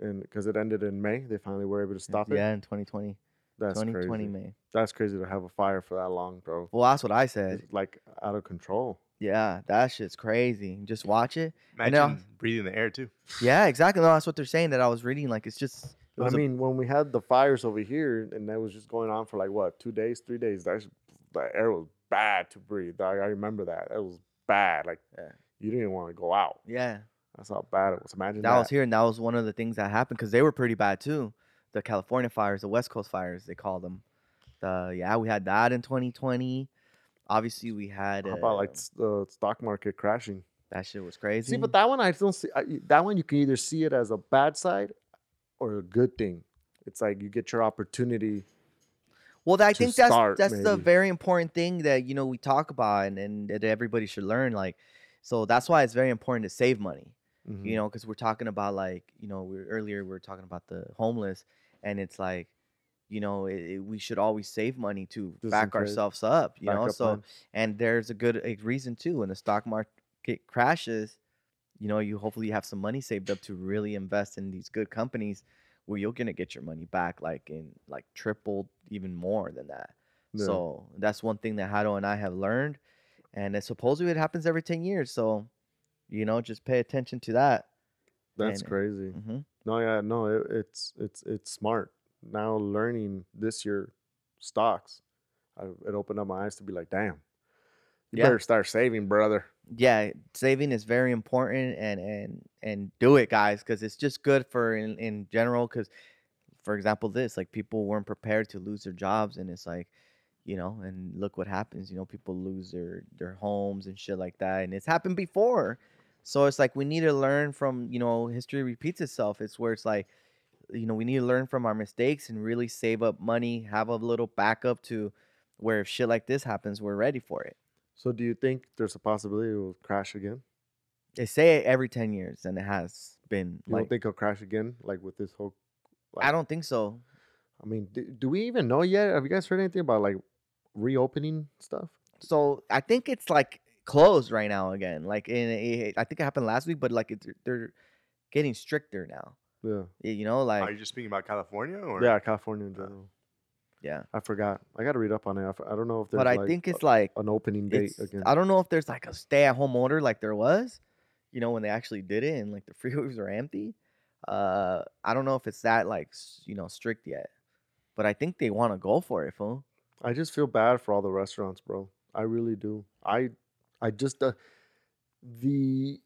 A: and because it ended in May, they finally were able to stop it.
B: Yeah, in 2020.
A: that's
B: 2020
A: crazy.
B: May.
A: That's crazy to have a fire for that long, bro.
B: Well, that's what I
A: It's
B: said.
A: like out of control.
B: Yeah, that shit's crazy. Just watch it. I
C: Imagine
B: know.
A: uh,
C: breathing the air too.
B: Yeah, exactly. No, that's what they're saying that I was reading. Like it's just. It
A: I
B: was a-
A: mean, when we had the fires over here, and that was just going on for like what two days, three days. That's the air was bad to breathe. dog. I remember that. It was bad. Like
B: Yeah.
A: you didn't want to go out.
B: yeah.
A: That's how bad it was. Imagine that.
B: that was here, and that was one of the things that happened because they were pretty bad too. The California fires, the West Coast fires, they call them. The yeah, we had that in 2020. Obviously, we had
A: How about like
B: uh,
A: s- the stock market crashing?
B: that shit was crazy.
A: See, but that one I don't see. I, that one you can either see it as a bad side or a good thing. It's like you get your opportunity.
B: well, I
A: to
B: think that's
A: start,
B: that's the
A: maybe.
B: very important thing that you know we talk about and, and that everybody should learn. Like, so that's why it's very important to save money.
A: Mm-hmm.
B: you know because we're talking about like you know we earlier we were talking about the homeless and it's like you know it, it- we should always save money to
A: Just in
B: back
A: case.
B: ourselves up you know
A: Backup
B: so
A: plan.
B: and there's a good a reason too when the stock market crashes you know you hopefully have some money saved up to really invest in these good companies where you're gonna get your money back like in like tripled even more than that
A: Yeah.
B: so that's one thing that Hado and I have learned. And it's supposedly it happens every 10 years. So, you know, just pay attention to that.
A: that's
B: and-
A: crazy.
B: hmm
A: No, yeah, no, it, it's it's it's smart. Now learning this year stocks, I, it opened up my eyes to be like, damn, you
B: Yeah.
A: better start saving, brother.
B: Yeah, saving is very important and and and do it guys cuz it's just good for in, in general cuz for example this like people weren't prepared to lose their jobs and it's like you know and look what happens you know people lose their their homes and shit like that and it's happened before so it's like we need to learn from you know history repeats itself it's where it's like you know we need to learn from our mistakes and really save up money have a little backup to where if shit like this happens we're ready for it
A: So, do you think there's a possibility it will crash again?
B: they say it every 10 years and it has been
A: You
B: like
A: don't think it'll crash again, like with this whole?
B: i don't think so
A: I mean, do, do we even know yet? Have you guys heard anything about like reopening stuff?
B: so i think it's like closed right now again like in it, i think it happened last week but like it, they're getting stricter now
A: Yeah,
B: Y- you know like
C: Are you just speaking about California or
A: yeah, California in
C: Uh,
A: general.
B: yeah
A: I forgot. I got to read up on it. I f- I don't know if there's.
B: but i
A: like,
B: think
A: a-
B: it's like
A: an opening date
B: it's-
A: again.
B: i don't know if there's like a stay-at-home order like there was you know when they actually did it and like the *laughs* freeways are empty uh i don't know if it's that like s- you know strict yet but i think they want to go for it fool
A: I just feel bad for all the restaurants, bro. I really do. I I just uh, the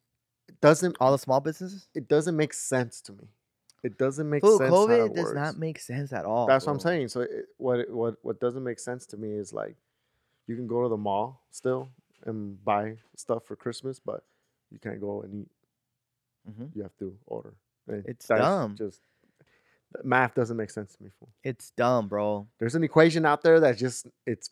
A: it doesn't
B: all the small businesses
A: it doesn't make sense to me. It doesn't make
B: Fool,
A: sense. how
B: COVID
A: it
B: does not
A: works.
B: make sense at all.
A: That's what I'm
B: fool.
A: saying. So it, what it- what what doesn't make sense to me is like you can go to the mall still and buy stuff for Christmas, but You can't go and eat.
B: Mhm.
A: You have to order. And
B: It's
A: that's
B: dumb.
A: Just the math doesn't make sense to me. Fool.
B: It's dumb, bro.
A: There's an equation out there that's just it's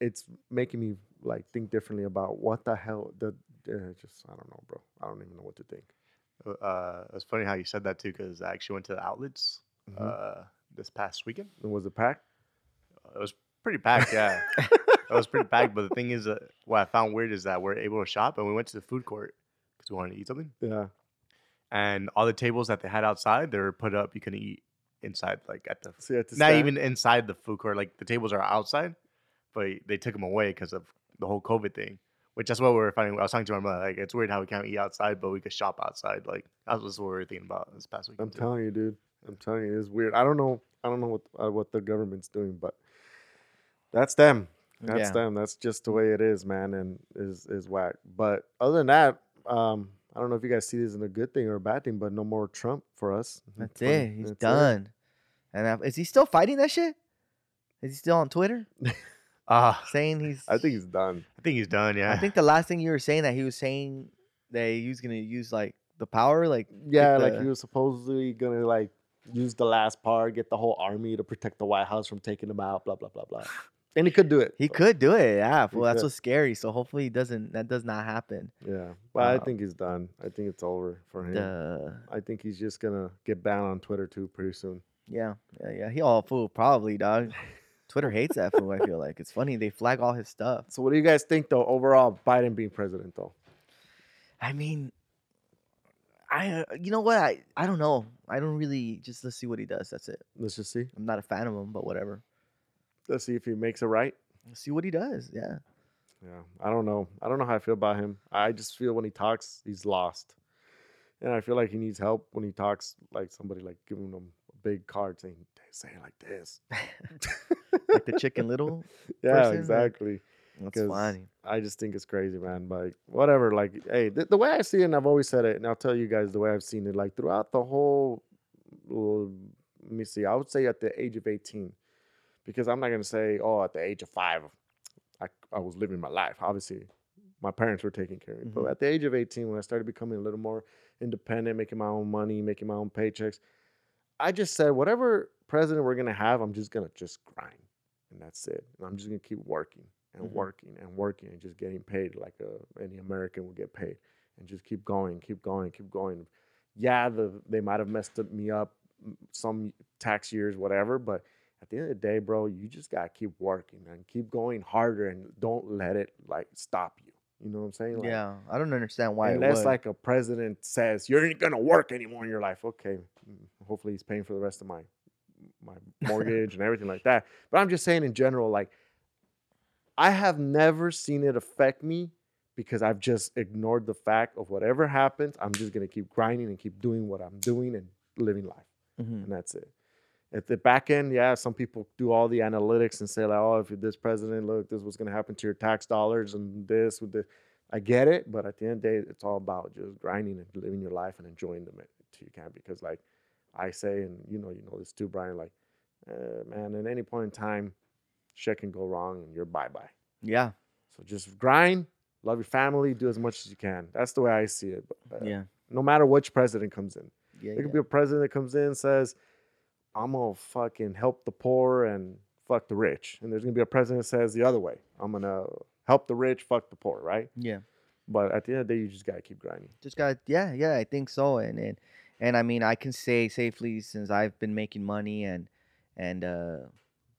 A: it's making me like think differently about what the hell the uh, just I don't know, bro. I don't even know what to think.
C: Uh, it's funny how you said that too, because I actually went to the outlets
A: Mhm.
B: Mm-hmm.
C: uh, this past weekend.
A: And was it packed?
C: It was pretty packed,
B: *laughs*
C: yeah. it was pretty packed. But the thing is, uh, what I found weird is that we're able to shop, and we went to the food court because we wanted to eat something.
A: Yeah.
C: And all the tables that they had outside, they were put up. You couldn't eat inside, like at the
A: So you had to
C: not
A: stand-
C: even inside the food court. Like the tables are outside, but they took them away because of the whole COVID thing. Which that's what we were finding. I was talking to my mother, like it's weird how we can't eat outside, but we could shop outside. Like that's just what we were thinking about this past week.
A: I'm telling you, dude. I'm telling you, it's weird. I don't know. I don't know what uh, what the government's doing, but that's them. That's
B: yeah.
A: them. That's just the way it is, man, and is is whack. But other than that, um, I don't know if you guys see this as a good thing or a bad thing, but no more Trump for us. in
B: That's
A: 20
B: it. He's
A: that's
B: done. And I, is he still fighting that shit? Is he still on Twitter
C: Uh,
B: saying he's?
A: I think he's done.
C: I think he's done. Yeah,
B: I think the last thing you were saying that he was saying that he was gonna use like the power, like
A: Yeah, like
B: the-
A: he was supposedly gonna like use the last part, get the whole army to protect the White House from taking them out, blah blah blah blah. And he could do it.
B: he
A: but-
B: could do it. Yeah,
A: He
B: well, that's
A: could.
B: what's scary. So hopefully he doesn't. That does not happen.
A: Yeah, but
B: Wow.
A: I think he's done. I think it's over for him.
B: Duh.
A: I think he's just gonna get banned on Twitter too pretty soon.
B: Yeah, yeah, yeah. He all fool probably dog. Twitter hates that fool. I feel like it's funny they flag all his stuff.
A: So what do you guys think though? Overall, Biden being president though.
B: I mean, I uh, you know what I I don't know. I don't really just let's see what he does. That's it.
A: Let's just see.
B: I'm not a fan of him, but whatever.
A: Let's see if he makes it right.
B: Let's see what he does. Yeah.
A: Yeah, I don't know. I don't know how I feel about him. I just feel when he talks, he's lost, and I feel like he needs help when he talks. Like somebody like giving him a big card saying, "Say it like this."
B: Like the chicken little.
A: yeah,
B: person, like-
A: exactly.
B: That's
A: 'Cause-
B: funny.
A: I just think it's crazy, man. Like whatever. Like hey, th- the way I see it, and I've always said it, and I'll tell you guys the way I've seen it. Like throughout the whole, well, let me see. I would say at the age of eighteen, because I'm not gonna say oh at the age of five, I I was living my life. Obviously, my parents were taking care of me.
B: Mhm.
A: But at the age of eighteen, when I started becoming a little more independent, making my own money, making my own paychecks, I just said whatever president we're gonna have, I'm just gonna just grind and that's it. And I'm just gonna keep working and
B: Mhm.
A: working and working and just getting paid like uh any American would get paid, and just keep going, keep going, keep going. Yeah, the they might have messed up me up m- some tax years, whatever. But at the end of the day, bro, you just gotta keep working and keep going harder, and don't let it like stop you. You know what I'm saying? Like,
B: yeah, I don't understand why. it
A: Unless
B: would.
A: like a president says you're not gonna work anymore in your life, okay. mm, Hopefully he's paying for the rest of my
B: *laughs*
A: my mortgage and everything like that. But I'm just saying in general, like I have never seen it affect me because I've just ignored the fact of whatever happens. I'm just gonna keep grinding and keep doing what I'm doing and living life
B: Mhm.
A: and that's it. At the back end, yeah, some people do all the analytics and say like, oh, if you're this president, look, this was going to happen to your tax dollars and this with the. I get it, but at the end of the day, it's all about just grinding and living your life and enjoying the minute you can. Because like I say, and you know, you know this too, Brian. Like, uh, man, at any point in time, shit can go wrong and you're bye bye.
B: yeah,
A: So just grind, love your family, do as much as you can. That's the way I see it. But, uh,
B: yeah,
A: No matter which president comes in.
B: yeah,
A: There could
B: yeah.
A: be a president that comes in and says, I'm gonna fucking help the poor and fuck the rich. And there's gonna be a president that says the other way. I'm gonna help the rich, fuck the poor, right?
B: yeah.
A: But at the end of the day, you just gotta keep grinding.
B: Just got yeah, yeah. I think so, and and and I mean, I can say safely since I've been making money and and uh,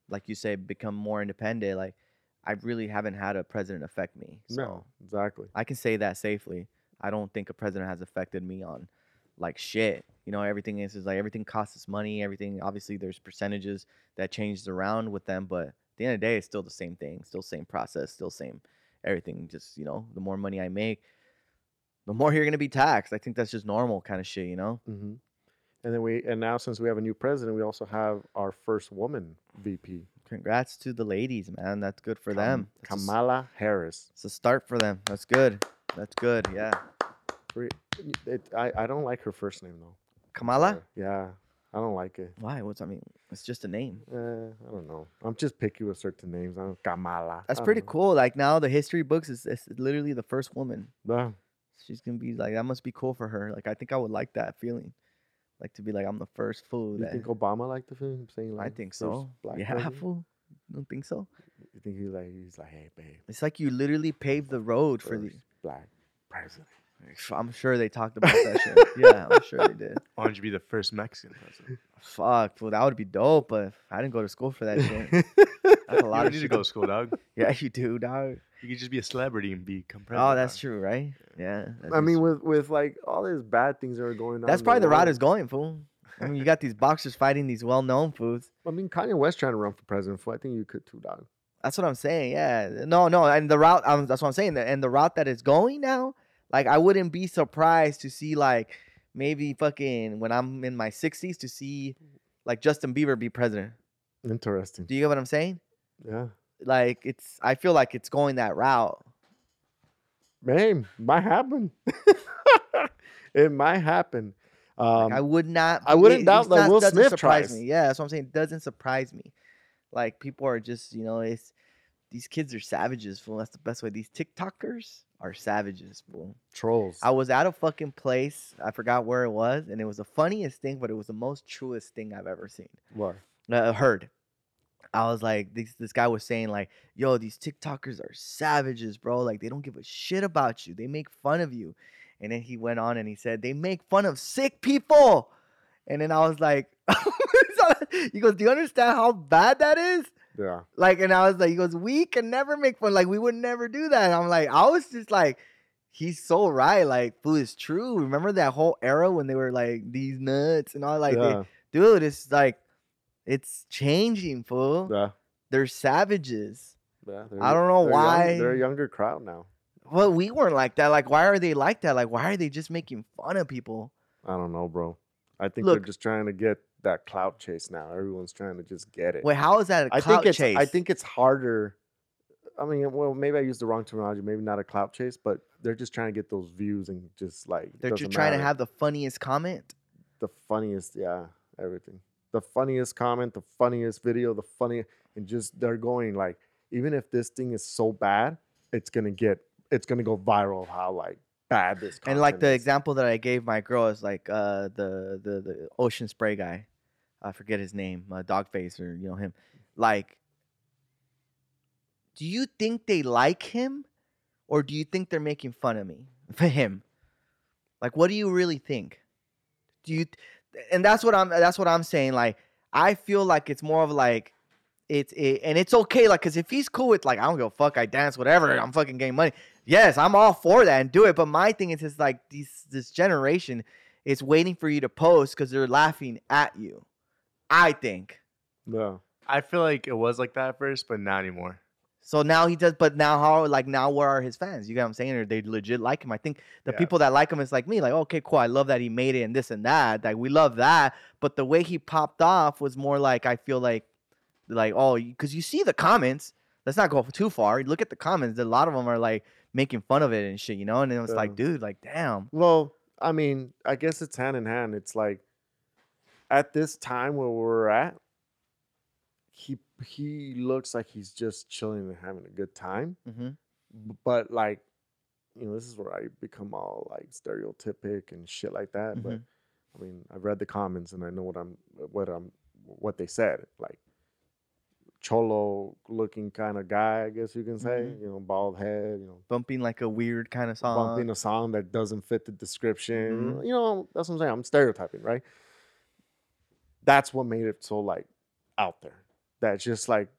B: like you say, become more independent. Like I really haven't had a president affect me. So
A: exactly.
B: I can say that safely. I don't think a president has affected me on like shit. You know, everything is, is like everything costs us money. Everything obviously there's percentages that changes around with them, but at the end of the day, it's still the same thing, still same process, still same everything. Just you know, the more money I make, the more you're gonna be taxed. I think that's just normal kind of shit. You know?
A: hmm And then we, and now since we have a new president, we also have our first woman VP,
B: Congrats to the ladies, man. That's good for them. It's a s-
A: Kamala Harris.
B: It's a start for them. That's good. That's good. Yeah.
A: It, I, I don't like her first name though.
B: Kamala.
A: Yeah, I don't like it.
B: Why? What's I mean? It's just a name.
A: Uh, I don't know. I'm just picky with certain names. I don't, Kamala.
B: That's
A: I don't
B: pretty
A: know.
B: cool. Like now, the history books is, is literally the first woman.
A: Yeah.
B: She's gonna be like, that must be cool for her. Like, I think I would like that feeling, like to be like, I'm the first fool.
A: You
B: that,
A: think Obama liked the film? Saying
B: I
A: like
B: think
A: first
B: so.
A: black
B: Yeah, *laughs*
A: president?
B: fool. Don't think so.
A: You think he like he's like, hey babe,
B: It's like you literally paved the road for the.
A: first black president.
B: *laughs* I'm sure they talked about that shit. Yeah, I'm sure they did.
C: Why don't you be the first Mexican president?
B: Fuck, fool, that would be dope. But I didn't go to school for that shit. That's *laughs* a
C: You
B: lot
C: don't
B: of
C: need
B: shit.
C: to go to school, dog.
B: *laughs* Yeah, you do, dog.
C: You could just be a celebrity and become president.
B: Oh, that's
C: dog.
B: true, right? Yeah. that
A: I
B: is
A: mean, with with like all these bad things that are going on.
B: That's
A: in
B: probably the
A: world.
B: route it's going, fool. I mean, you got these boxers fighting these well-known fools.
A: I mean, Kanye West trying to run for president. fool. I think you could too, dog.
B: That's what I'm saying. Yeah, no, no, and the route. Um, that's what I'm saying. And the route that it's going now, like I wouldn't be surprised to see like maybe fucking when I'm in my 60s to see like Justin Bieber be president.
A: Interesting.
B: Do you get what I'm saying?
A: Yeah.
B: Like it's, I feel like it's going that route.
A: Man, might happen. *laughs* it might happen. Um,
B: Like, I would not.
A: I wouldn't
B: it's
A: doubt that
B: not-
A: Will
B: doesn't
A: Smith
B: surprise
A: tries.
B: me. Yeah, that's what I'm saying. It doesn't surprise me. Like people are just, you know, it's these kids are savages. Fool, that's the best way. These TikTokers are savages. Fool.
A: trolls.
B: I was at a fucking place. I forgot where it was, and it was the funniest thing, but it was the most truest thing I've ever seen
A: what?
B: uh, heard. I was like, this this guy was saying like, yo, these TikTokers are savages, bro. Like they don't give a shit about you. They make fun of you. And then he went on and he said, they make fun of sick people. And then I was like, *laughs* he goes, do you understand how bad that is?
A: Yeah.
B: Like, and I was like, he goes, we can never make fun. Like, we would never do that. And I'm like, I was just like, he's so right. Like, fool is true. Remember that whole era when they were like these nuts and all like, they,
A: yeah.
B: dude, it's like it's changing, fool.
A: yeah.
B: They're savages.
A: Yeah, they're-
B: I don't know
A: they're young-
B: why.
A: they're a younger crowd now.
B: Well, we weren't like that. Like, why are they like that? Like, why are they just making fun of people?
A: I don't know, bro. I think
B: Look-
A: they're just trying to get that clout chase now. Everyone's trying to just get it.
B: Wait, how is that a
A: I
B: clout
A: think it's
B: chase?
A: I think it's harder. I mean, well, maybe I used the wrong terminology. Maybe not a clout chase, but they're just trying to get those views and just like
B: they're
A: doesn't
B: just trying to
A: matter.
B: have the funniest comment.
A: the funniest, yeah, everything. The funniest comment, the funniest video, the funniest, and just they're going like, even if this thing is so bad, it's gonna get, it's gonna go viral. How like bad this
B: And like the
A: content is.
B: example that I gave my girl is like uh, the the the ocean spray guy, I forget his name, uh, Dogface or you know him. Like, do you think they like him, or do you think they're making fun of me *laughs* for him? Like, what do you really think? Do you? And that's what I'm. That's what I'm saying. Like, I feel like it's more of like. It's it, and it's okay, like, cause if he's cool with like, I don't give a fuck, I dance, whatever, I'm fucking getting money yes, I'm all for that and do it. But my thing is, is like these this generation is waiting for you to post because they're laughing at you. I think
A: yeah,
C: I feel like it was like that at first, but not anymore.
B: so. Now he does, but now how? Like now, where are his fans? You get what I'm saying? Or they legit like him? I think the
C: Yeah.
B: people that like him is like me. Like okay, cool. I love that he made it and this and that. Like we love that. But the way he popped off was more like I feel like like oh because you see the comments let's not go too far look at the comments a lot of them are like making fun of it and shit you know and then it was like dude like damn
A: Well, I mean, I guess it's hand in hand. It's like at this time where we're at, he he looks like he's just chilling and having a good time.
B: mm-hmm.
A: b- but like you know this is where i become all like stereotypic and shit like that but i mean i've read the comments and i know what i'm what i'm what they said like cholo looking kind of guy i guess you can say
B: Mhm.
A: you know bald head you know
B: bumping like a weird kind of song.
A: bumping a song that doesn't fit the description
B: Mm-hmm.
A: you know that's what i'm saying i'm stereotyping right that's what made it so like out there that's just like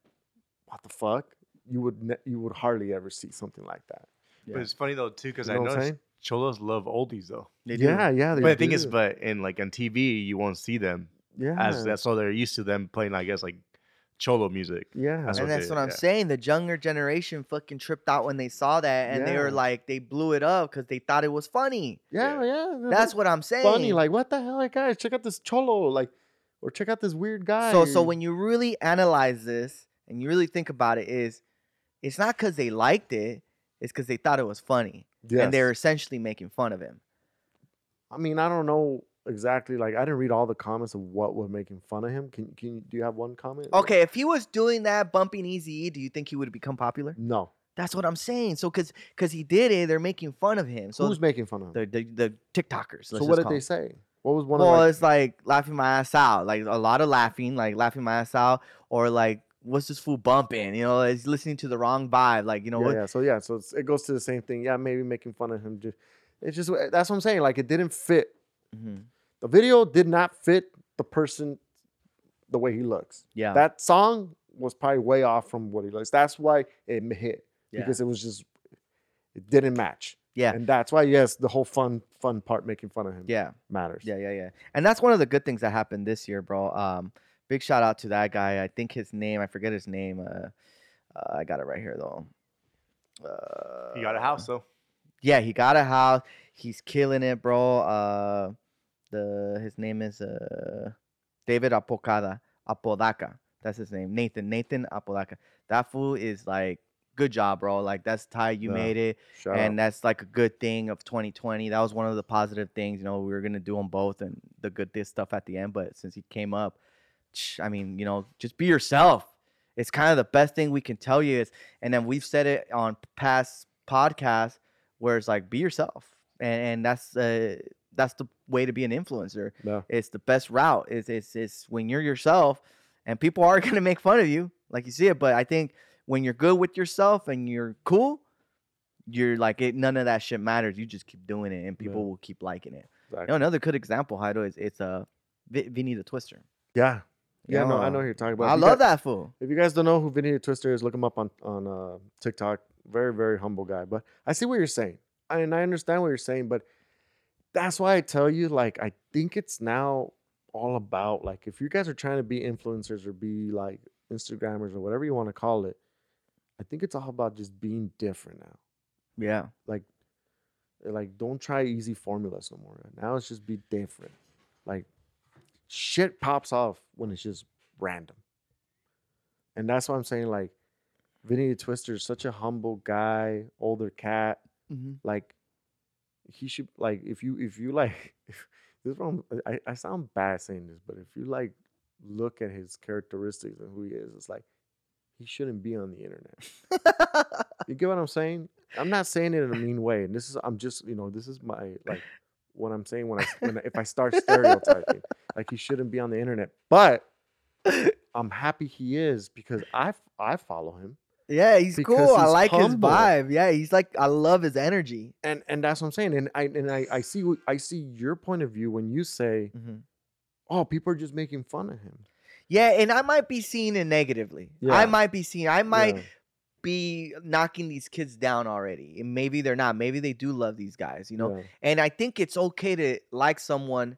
A: what the fuck you would ne- you would hardly ever see something like that
B: Yeah.
C: But it's funny though too, because
A: You
C: I
A: know what I'm
C: noticed
A: saying?
C: cholos love oldies though.
B: They do.
A: Yeah, yeah. They
C: but the thing is,
A: do.
C: but in like on TV, you won't see them
A: yeah,
C: as that's so they're used to them playing, I guess, like cholo music.
A: yeah,
C: that's
B: and
C: what
B: that's
C: they-
B: what I'm
C: yeah.
B: saying. The younger generation fucking tripped out when they saw that, and they were
A: Yeah.
B: like, they blew it up because they thought it was funny.
A: yeah, yeah.
B: That's what I'm saying.
A: funny. Like, what the hell, like, guys? Check out this cholo, like, or check out this weird guy.
B: so, so when you really analyze this and you really think about it, is it's not because they liked it; it's because they thought it was funny,
A: Yes.
B: and they're essentially making fun of him.
A: I mean, I don't know exactly. Like, I didn't read all the comments of what were making fun of him. Can can you do you have one comment?
B: Okay, if he was doing that, bumping Easy, do you think he would have become popular?
A: No,
B: That's what I'm saying. So because because he did it, they're making fun of him. So
A: Who's making fun of him?
B: the, the the TikTokers.
A: So what did they say? What was one
B: well,
A: of
B: it's like laughing my ass out, like a lot of laughing, like laughing my ass out, or like what's this fool bumping? You know, it's listening to the wrong vibe, like you know
A: like, yeah,
B: what?
A: yeah. So yeah, so it's, it goes to the same thing. Yeah, maybe making fun of him. Just it's just eh, that's what I'm saying. Like it didn't fit.
B: Mhm.
A: The video did not fit the person, the way he looks.
B: yeah.
A: That song was probably way off from what he looks. That's why it m- hit
B: yeah.
A: because it was just it didn't match.
B: Yeah.
A: and that's why yes, the whole fun fun part making fun of him
B: yeah.
A: matters.
B: Yeah, yeah, yeah. And that's one of the good things that happened this year, bro. Um, big shout out to that guy. I think his name, I forget his name. Uh, uh I got it right here though. Uh,
C: He got a house though.
B: Yeah, he got a house. He's killing it, bro. Uh, the his name is uh David Apocada Apodaca. That's his name. Nathan Nathan Apodaca. That fool is like. Good job, bro. Like that's Ty. You
A: Yeah.
B: made it,
A: Shout
B: and
A: out.
B: that's like a good thing of 2020. That was one of the positive things. You know, we were gonna do them both and the good this stuff at the end. But since he came up, I mean, you know, just be yourself. It's kind of the best thing we can tell you is, and then we've said it on past podcasts where it's like be yourself, and and that's uh, that's the way to be an influencer.
A: Yeah.
B: It's the best route. It's it's it's when you're yourself, and people are *laughs* gonna make fun of you, like you see it. But I think when you're good with yourself and you're cool, you're like it, none of that shit matters. You just keep doing it, and
A: Yeah.
B: people will keep liking it. You
A: Exactly.
B: know, another good example, Heido, is it's a Vi- Vinny the Twister.
A: yeah, yeah. no, I
B: Yeah.
A: know who you're talking about.
B: uh, I
A: You
B: love
A: got-
B: that fool.
A: If you guys don't know who Vinny the Twister is, look him up on on uh, TikTok. Very very humble guy, but I see what you're saying, I, and I understand what you're saying. But that's why I tell you, like, I think it's now all about like if you guys are trying to be influencers or be like Instagrammers or whatever you want to call it, I think it's all about just being different now.
B: Yeah,
A: Like, don't try easy formulas no more. Now it's just be different. Like, shit pops off when it's just random. And that's why I'm saying, like, Vinny the Twister is such a humble guy, older cat.
B: mm-hmm.
A: Like, he should like if you if you like *laughs* if, this is wrong. I, I sound bad saying this, but if you like look at his characteristics and who he is, it's like he shouldn't be on the internet. You get what I'm saying? I'm not saying it in a mean way. And this is I'm just you know this is my like what I'm saying when I when, I- if I start stereotyping like he shouldn't be on the internet. But I'm happy he is because I f- I follow him
B: *laughs* yeah, he's
A: Because
B: cool. I
A: he's
B: like his
A: humble.
B: vibe. Yeah, he's like I love his energy.
A: and and that's what I'm saying. And I and I, I see what- I see your point of view when you say oh people are just making fun of him.
B: Yeah, and I might be seeing it negatively.
A: Yeah.
B: I might be seeing. I might
A: Yeah.
B: be knocking these kids down already. And maybe they're not. Maybe they do love these guys. You know.
A: Yeah.
B: And I think it's okay to like someone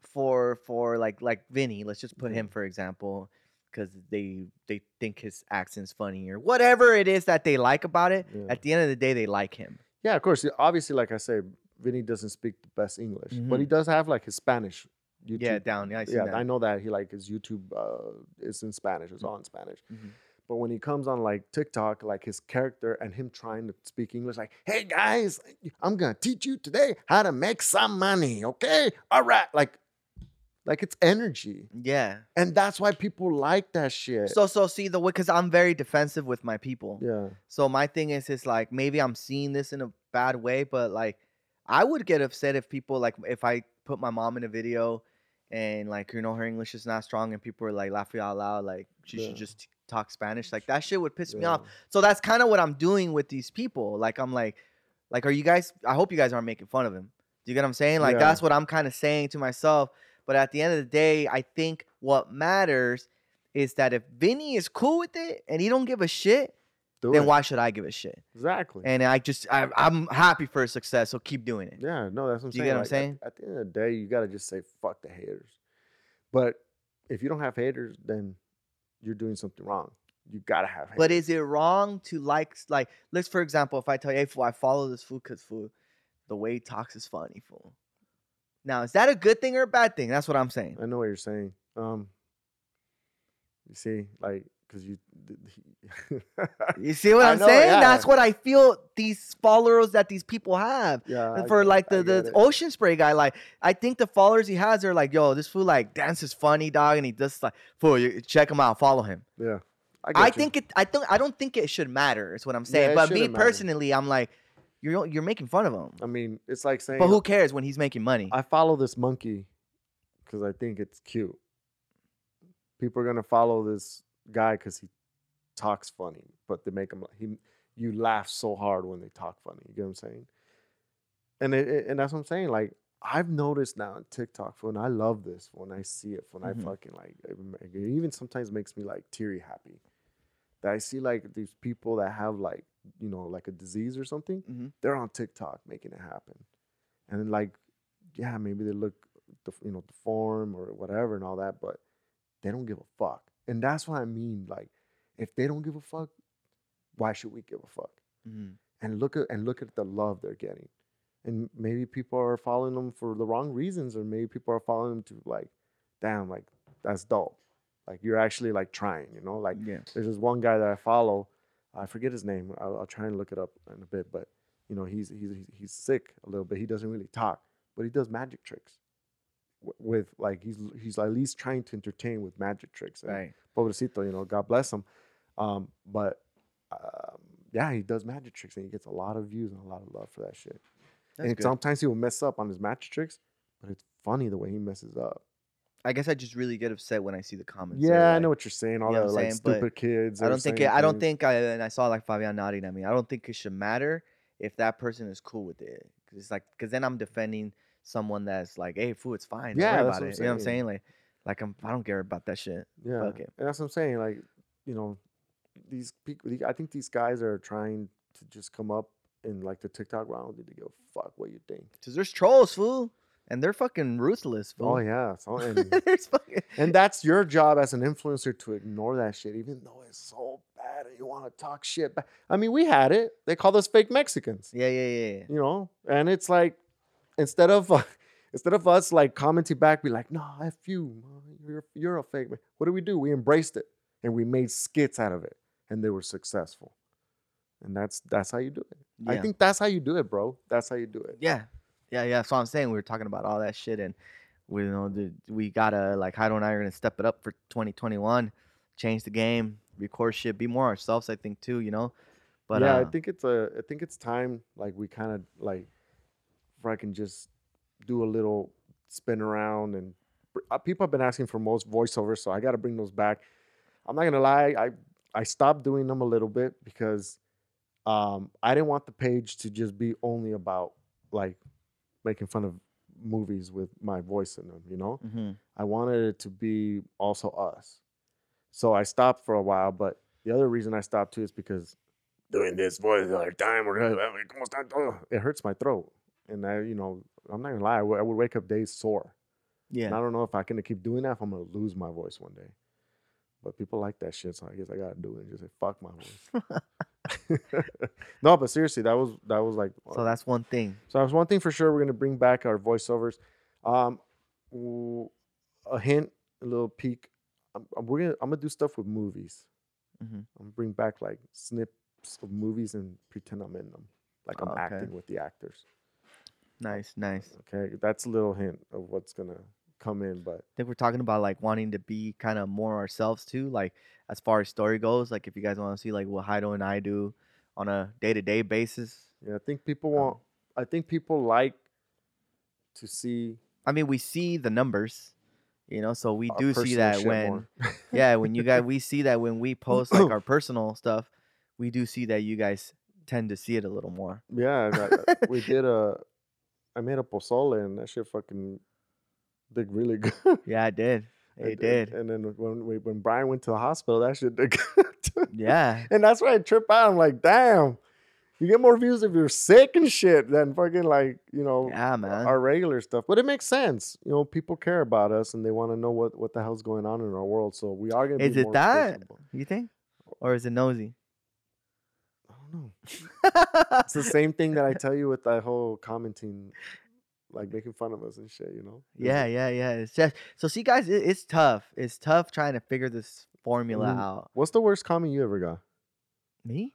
B: for for like like Vinny. Let's just put him
A: Mm-hmm.
B: for example, because they they think his accent's funny or whatever it is that they like about it.
A: Yeah.
B: At the end of the day, they like him.
A: Yeah, of course. Obviously, like I say, Vinny doesn't speak the best English, but he does have like his Spanish. YouTube.
B: Yeah, down. Yeah, I see
A: yeah,
B: that.
A: I know that he like his YouTube uh, is in Spanish. It's all in Spanish.
B: Mhm.
A: But when he comes on like TikTok, like his character and him trying to speak English, like, "Hey guys, I'm gonna teach you today how to make some money, okay? All right." Like, like it's energy,
B: Yeah.
A: and that's why people like that shit.
B: So so see the way because I'm very defensive with my people.
A: yeah,
B: So my thing is, it's like maybe I'm seeing this in a bad way, but like I would get upset if people like if I put my mom in a video and like you know her English is not strong and people are like laughing out loud like she
A: Yeah.
B: should just talk Spanish like that shit would piss me
A: yeah.
B: off. So that's kind of what I'm doing with these people. Like I'm like, like are you guys? I hope you guys aren't making fun of him. Do you get what I'm saying? Like
A: Yeah.
B: that's what I'm kind of saying to myself. But at the end of the day, I think what matters is that if Vinny is cool with it and he don't give a shit,
A: Do
B: then
A: it.
B: why should I give a shit?
A: Exactly.
B: And I just I, I'm happy for his success, so keep doing it.
A: Yeah, no, that's what I'm
B: Do
A: saying.
B: you get what I'm
A: Like, at-
B: saying?
A: At, the end of the day, you got to just say fuck the haters. But if you don't have haters, then you're doing something wrong. You gotta have haters.
B: But is it wrong to like like let's for example, if I tell you, hey fool, I follow this fool because fool, the way he talks is funny, fool. Now is that a good thing or a bad thing? That's what I'm saying.
A: I know what you're saying. Um, you see, like, cause you. *laughs*
B: You see what
A: I
B: I'm
A: know,
B: saying?
A: yeah.
B: That's what I feel these followers that these people have.
A: yeah. I-
B: for like
A: I
B: the,
A: get
B: the
A: it.
B: ocean spray guy, like I think the followers he has are like, yo, this fool like dances funny, dog, and he just like fool, you check him out, follow him.
A: yeah. get
B: I
A: you.
B: think it. I think I don't think it should matter. Is what I'm
A: Yeah,
B: saying.
A: it
B: but me
A: shouldn't matter.
B: personally, I'm like, you're you're making fun of him.
A: I mean, it's like saying,
B: But who cares when he's making money?
A: I follow this monkey because I think it's cute. People are gonna follow this guy because he talks funny, but they make him he you laugh so hard when they talk funny. You get what I'm saying? And it, it- and that's what I'm saying. Like I've noticed now on TikTok, and I love this when I see it. When
B: Mhm.
A: I fucking like, it ma- it even sometimes makes me like teary happy that I see like these people that have like you know like a disease or something.
B: Mhm.
A: They're on TikTok making it happen, and then like yeah, maybe they look, def- you know, deformed or whatever and all that, but they don't give a fuck. And that's what I mean. Like, if they don't give a fuck, why should we give a fuck?
B: Mhm.
A: And look at and look at the love they're getting. And maybe people are following them for the wrong reasons, or maybe people are following them to like, damn, like that's dope. Like you're actually like trying, you know, like
B: yeah.
A: there's this one guy that I follow. I forget his name. I'll, I'll try and look it up in a bit. But you know, he's he's he's- he's sick a little bit. He doesn't really talk, but he does magic tricks w- with like he's he's at least trying to entertain with magic tricks. And
B: Right.
A: Pobrecito, you know, God bless him. Um, but um, yeah, he does magic tricks and he gets a lot of views and a lot of love for that shit.
B: That's
A: and
B: good.
A: sometimes he will mess up on his magic tricks, but it's funny the way he messes up.
B: I guess I just really get upset when I see the comments. that are
A: Yeah, I
B: like-
A: know what you're saying. All
B: You know
A: that
B: what I'm
A: like
B: saying? But
A: stupid kids.
B: I
A: that are
B: don't think it,
A: saying
B: I don't
A: things.
B: think I and I saw like Fabian nodding at me. I don't think it should matter if that person is cool with it. 'Cause it's like because then I'm defending someone that's like, hey, fool, it's fine. Don't
A: Yeah,
B: worry
A: that's
B: about
A: what I'm
B: it. You know what I'm
A: saying.
B: saying? Like, like I'm I don't care about that shit.
A: Yeah,
B: Fuck it.
A: and that's what I'm saying. Like, you know, these people. I think these guys are trying to just come up in like the TikTok round. They give a fuck what you think.
B: Cause there's trolls, fool, and they're fucking ruthless, fool.
A: Oh yeah,
B: *laughs*
A: so and,
B: there's fucking
A: and that's your job as an influencer to ignore that shit, even though it's so bad and you want to talk shit. But I mean, we had it. They called us fake Mexicans.
B: yeah, yeah, yeah, yeah.
A: you know and it's like instead of uh, *laughs* instead of us like commenting back be like nah f you man, you're, you're a fake man what do we do we embraced it and we made skits out of it and they were successful and that's that's how you do it i
B: Yeah.
A: think that's how you do it bro that's how you do it
B: Yeah, yeah, yeah. So I'm saying we were talking about all that shit, and we you know the, we gotta like Heido and I are gonna step it up for 2021, change the game, record shit, be more ourselves. I think too, you know. But
A: yeah
B: uh,
A: i think it's a i think it's time like we kind of like if i can just do a little spin around and br- uh, people have been asking for most voiceovers so i got to bring those back i'm not gonna lie i i stopped doing them a little bit because um i didn't want the page to just be only about like making fun of movies with my voice in them you know
B: mhm.
A: I wanted it to be also us. So I stopped for a while, but the other reason I stopped too is because doing this voice all the time, we're gonna- I mean, ¿cómo está todo? it hurts my throat. And I, you know, I'm not gonna lie, I would I would wake up days sore. And
B: yeah,
A: I don't know if I can keep doing that, if I'm gonna lose my voice one day. But people like that shit, so I guess I gotta do it and just say, fuck my
B: *laughs*
A: voice. *laughs* no, but seriously, that was that was like
B: so that's one thing.
A: so that's one thing for sure. We're gonna bring back our voiceovers. Um, w- a hint, a little peek. I'm, I'm- we're gonna I'm gonna do stuff with movies.
B: Mhm.
A: I'm gonna bring back like snips of movies and pretend I'm in them, like I'm
B: Oh, Okay.
A: acting with the actors.
B: Nice, nice. I
A: Okay, that's a little hint of what's gonna come in. But
B: think we're talking about like wanting to be kind of more ourselves too, like as far as story goes. Like if you guys want to see like what Heido and I do on a day to day basis.
A: yeah, I think people
B: Um,
A: want. I think people like to see.
B: I mean, we see the numbers, you know, so we
A: our
B: do see
A: personal
B: that
A: shit
B: when
A: more. *laughs*
B: yeah, when you guys we see that when we post
A: *coughs*
B: like our personal stuff, we do see that you guys tend to see it a little more.
A: Yeah,
B: *laughs*
A: that, we did a. I made a pozole and that shit fucking did really *laughs* good.
B: Yeah, I did. It
A: And- and-
B: did.
A: And then when we, when Brian went to the hospital, that shit did *laughs* good.
B: Yeah.
A: and that's why I trip out. I'm like, damn, you get more views if you're sick and shit than fucking like you know
B: Yeah, man.
A: our regular stuff. But it makes sense. You know, people care about us and they want to know what what the hell's going on in our world. So we are gonna.
B: Is
A: be
B: it
A: more
B: that?
A: personable.
B: you think? Or is
A: *laughs*
B: it nosy?
A: I don't know. It's the same thing that I tell you with that whole commenting, like making fun of us and shit. You
B: *laughs*
A: know. It's
B: yeah,
A: like,
B: yeah, yeah. It's just so see guys, it, it's tough. It's tough trying to figure this formula
A: Mhm.
B: out.
A: What's the worst comment you ever got
B: Me?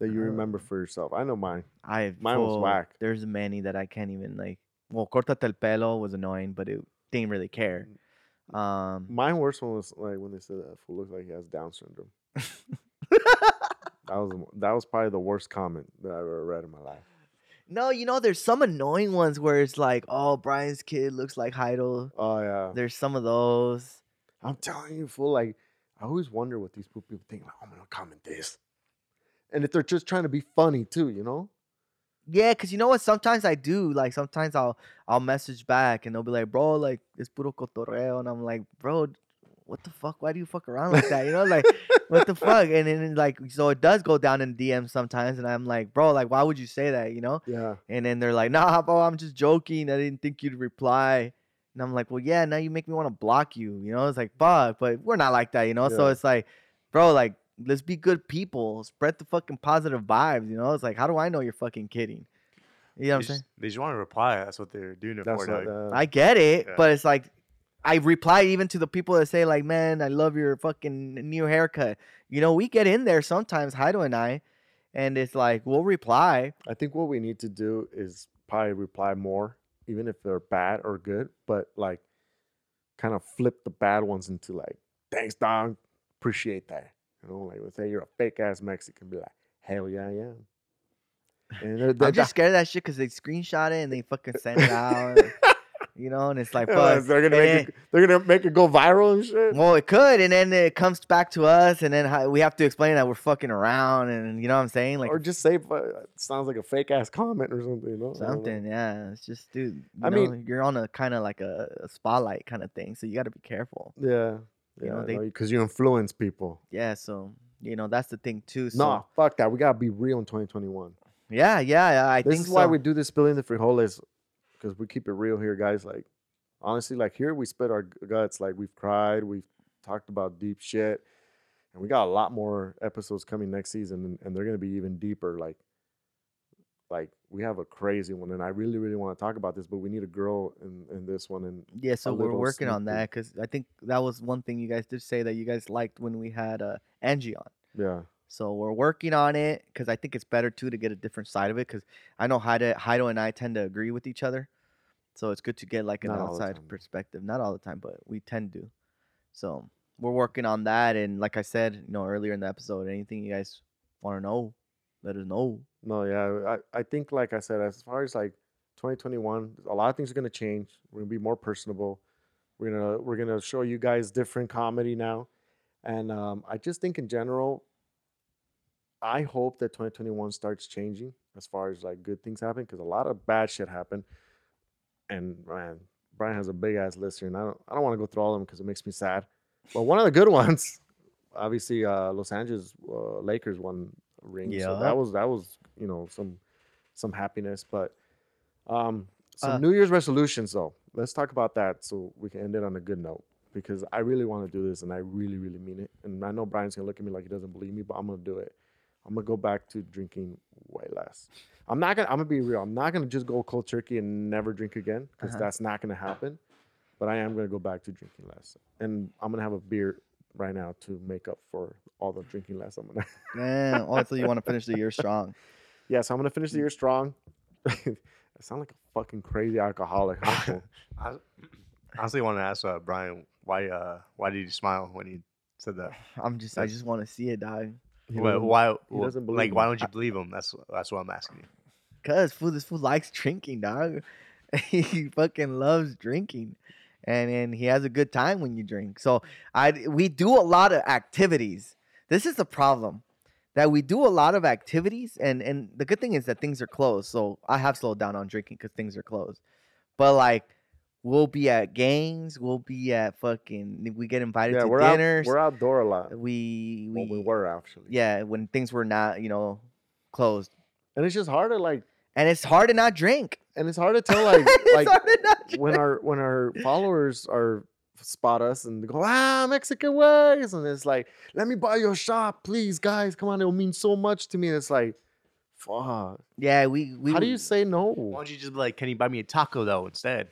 A: that you remember
B: Um,
A: for yourself? I know mine.
B: I
A: Mine was
B: full-
A: whack.
B: There's many that I can't even like well, cortate el pelo was annoying, but it didn't really care. Um
A: My worst one was like when they said that fool looks like he has Down syndrome. That was that was probably the worst comment that I ever read in my life.
B: No, you know, there's some annoying ones where it's like, oh, Brian's kid looks like Heidel.
A: Oh yeah,
B: There's some of those.
A: I'm telling you, fool. Like I always wonder what these people think. Like "Oh, I'm gonna comment this, and if they're just trying to be funny too, you know?
B: Yeah, cause you know what? Sometimes I do. Like sometimes I'll I'll message back and they'll be like, "Bro, like it's puro cotorreo," and I'm like, "Bro, what the fuck? Why do you fuck around like that? You know, like what the fuck?" And then like so it does go down in DM sometimes, and I'm like, "Bro, like why would you say that?" You know?
A: Yeah.
B: And then they're like, "Nah, bro, I'm just joking. I didn't think you'd reply." And I'm like, "Well, yeah. Now you make me want to block you. You know? It's like fuck, but we're not like that. You know? So
A: Yeah.
B: it's like, bro, like let's be good people. Spread the fucking positive vibes. You know? It's like, how do I know you're fucking kidding? You know what I'm
C: they,
B: saying?
C: just, they just want to reply. That's what they're doing it
A: That's
C: for.
A: not,
C: dog.
A: uh,
B: I get it,
C: Yeah.
B: but it's like I reply even to the people that say like, "Man, I love your fucking new haircut." You know, we get in there sometimes, Heido and I, and it's like we'll reply.
A: I think what we need to do is probably reply more, even if they're bad or good, but like kind of flip the bad ones into like, thanks, dog. Appreciate that. You know, like, let's say you're a fake ass Mexican, be like, hell yeah, I am. And they're, they're
B: I'm just scared of that shit because they screenshot it and they fucking send it
A: *laughs*
B: out. and, you know, and it's *laughs* like,
A: they're
B: fuck.
A: gonna
B: and
A: make it, they're gonna make it go viral and shit.
B: Well, it could, and then it comes back to us, and then how- we have to explain that we're fucking around, and you know what I'm saying, like
A: or just say uh, sounds like a fake ass comment or something. You know? I don't know.
B: something. Yeah, it's just, dude. You
A: I
B: know,
A: mean-
B: you're on a kind of like a, a spotlight kind of thing, so you got to be careful.
A: Yeah.
B: You know, they-
A: Yeah, because you influence people.
B: Yeah, so you know that's the thing too. So
A: No, fuck that. We gotta be real in 2021.
B: yeah, yeah, yeah, I
A: this
B: think
A: is why
B: so.
A: we do this spilling the frijoles because we keep it real here guys like honestly like here we spit our g- guts like we've cried we've talked about deep shit and we got a lot more episodes coming next season and, and they're going to be even deeper like like we have a crazy one and i really really want to talk about this but we need a girl in, in this one and
B: yeah, so we're
A: little
B: working on
A: sneak
B: that because I think that was one thing you guys did say that you guys liked when we had uh, Angie on.
A: yeah
B: So we're working on it because I think it's better too to get a different side of it because I know Heido, Heido and I tend to agree with each other. So it's good to get like an
A: Not all the
B: outside
A: time, though.
B: perspective. Not all the time, but we tend to. So we're working on that. And like I said, you know, earlier in the episode, anything you guys want to know, let us
A: *laughs*
B: know.
A: No, yeah. I, I think, like I said, as far as like 2021, a lot of things are gonna change. We're gonna be more personable. We're gonna we're gonna show you guys different comedy now, and um, I just think in general, I hope that 2021 starts changing as far as like good things happen because a lot of bad shit happened, and man, Brian has a big ass list here, and I don't I don't want to go through all of them because it makes me sad. But one of the good *laughs* ones, obviously, uh, Los Angeles uh, Lakers won a ring, so
B: Yeah.
A: that was that was you know some some happiness. But um, some
B: Uh,
A: New Year's resolutions though. Let's talk about that so we can end it on a good note because I really want to do this and I really really mean it. And I know Brian's gonna look at me like he doesn't believe me, but I'm gonna do it. I'm gonna go back to drinking way less. I'm not gonna. I'm gonna be real. I'm not gonna just go cold turkey and never drink again because
B: Uh-huh.
A: that's not gonna happen. But I am gonna go back to drinking less, and I'm gonna have a beer right now to make up for all the drinking less. I'm gonna. *laughs*
B: Yeah. Also, you want to finish the year strong.
A: yeah, so I'm gonna finish the year strong. *laughs* I sound like a fucking crazy alcoholic. huh,
B: *laughs*
A: fool?
C: I honestly want to ask uh, Brian why uh, why did you smile when you said that?
B: I'm just, I just want to see it, dog.
A: *laughs* He
C: why
A: doesn't-
C: why
A: he doesn't believe
C: like why
A: me.
C: don't you believe him? That's that's what I'm asking you.
B: Cause food, this food likes drinking, dog. *laughs* he fucking loves drinking, and and he has a good time when you drink. So I we do a lot of activities. This is the problem that we do a lot of activities, and and the good thing is that things are closed. So I have slowed down on drinking because things are closed. But like we'll be at games, we'll be at fucking. We get invited
A: Yeah,
B: to
A: we're out,
B: dinners.
A: we're outdoor a lot.
B: we we,
A: Well, we were actually.
B: yeah when things were not you know closed,
A: and it's just hard to like,
B: and it's hard to not drink.
A: and it's hard
B: *laughs*
A: to tell like
B: It's
A: like
B: hard to not drink.
A: when our when our followers are spot us and go ah Mexican ways and it's like let me buy your shop please guys come on it'll mean so much to me and it's like fuck
B: Yeah, we we.
A: how do you say
C: Why
A: no
C: don't you just be like, can you buy me a taco though instead?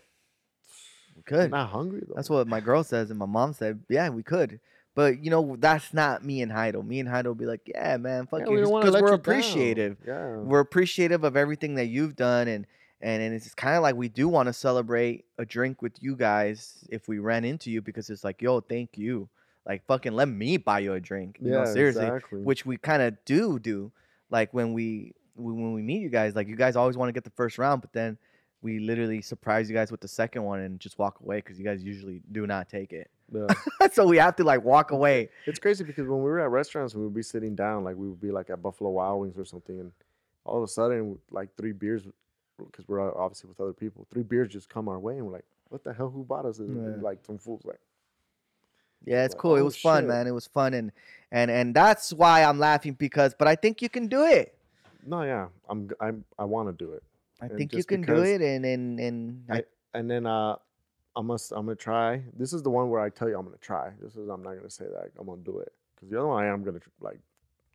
A: I'm
B: could?
A: not hungry though
B: That's what my girl says, and my mom said, "Yeah, we could." But you know, that's not me and Heido. Me and Heido be like, "Yeah, man, fuck
A: Yeah,
B: you,"
A: don't wanna
B: because
A: let
B: we're
A: you down.
B: appreciative.
A: yeah
B: We're appreciative of everything that you've done, and and, and it's kind of like we do want to celebrate a drink with you guys if we ran into you because it's like, "Yo, thank you." Like fucking let me buy you a drink. You
A: yeah,
B: know, seriously.
A: exactly.
B: Which we kind of do do. Like when we when when we meet you guys, like you guys always want to get the first round, but then we literally surprise you guys with the second one and just walk away because you guys usually do not take it. *laughs*
A: Yeah.
B: so we have to like walk away.
A: It's crazy because when we were at restaurants, we would be sitting down, like we would be like at Buffalo Wild Wings or something, and all of a sudden, like three beers, because we're out obviously with other people, three beers just come our way, and we're like, "What the hell? Who bought us?" this?" And
B: Yeah.
A: like some fools, like
B: Yeah, it's
A: Like,
B: cool. it
A: oh,
B: was fun,
A: shit.
B: man. It was fun and and and that's why I'm laughing because but I think you can do it.
A: "No, yeah, I'm, g- I'm, I want to do it."
B: I
A: And
B: think you
A: just
B: can do
A: because
B: it and and and I,
A: And then uh, I must, I'm gonna try. This is the one where I tell you I'm gonna try. This is I'm not gonna say that I'm gonna do it because the other one I am gonna tr- like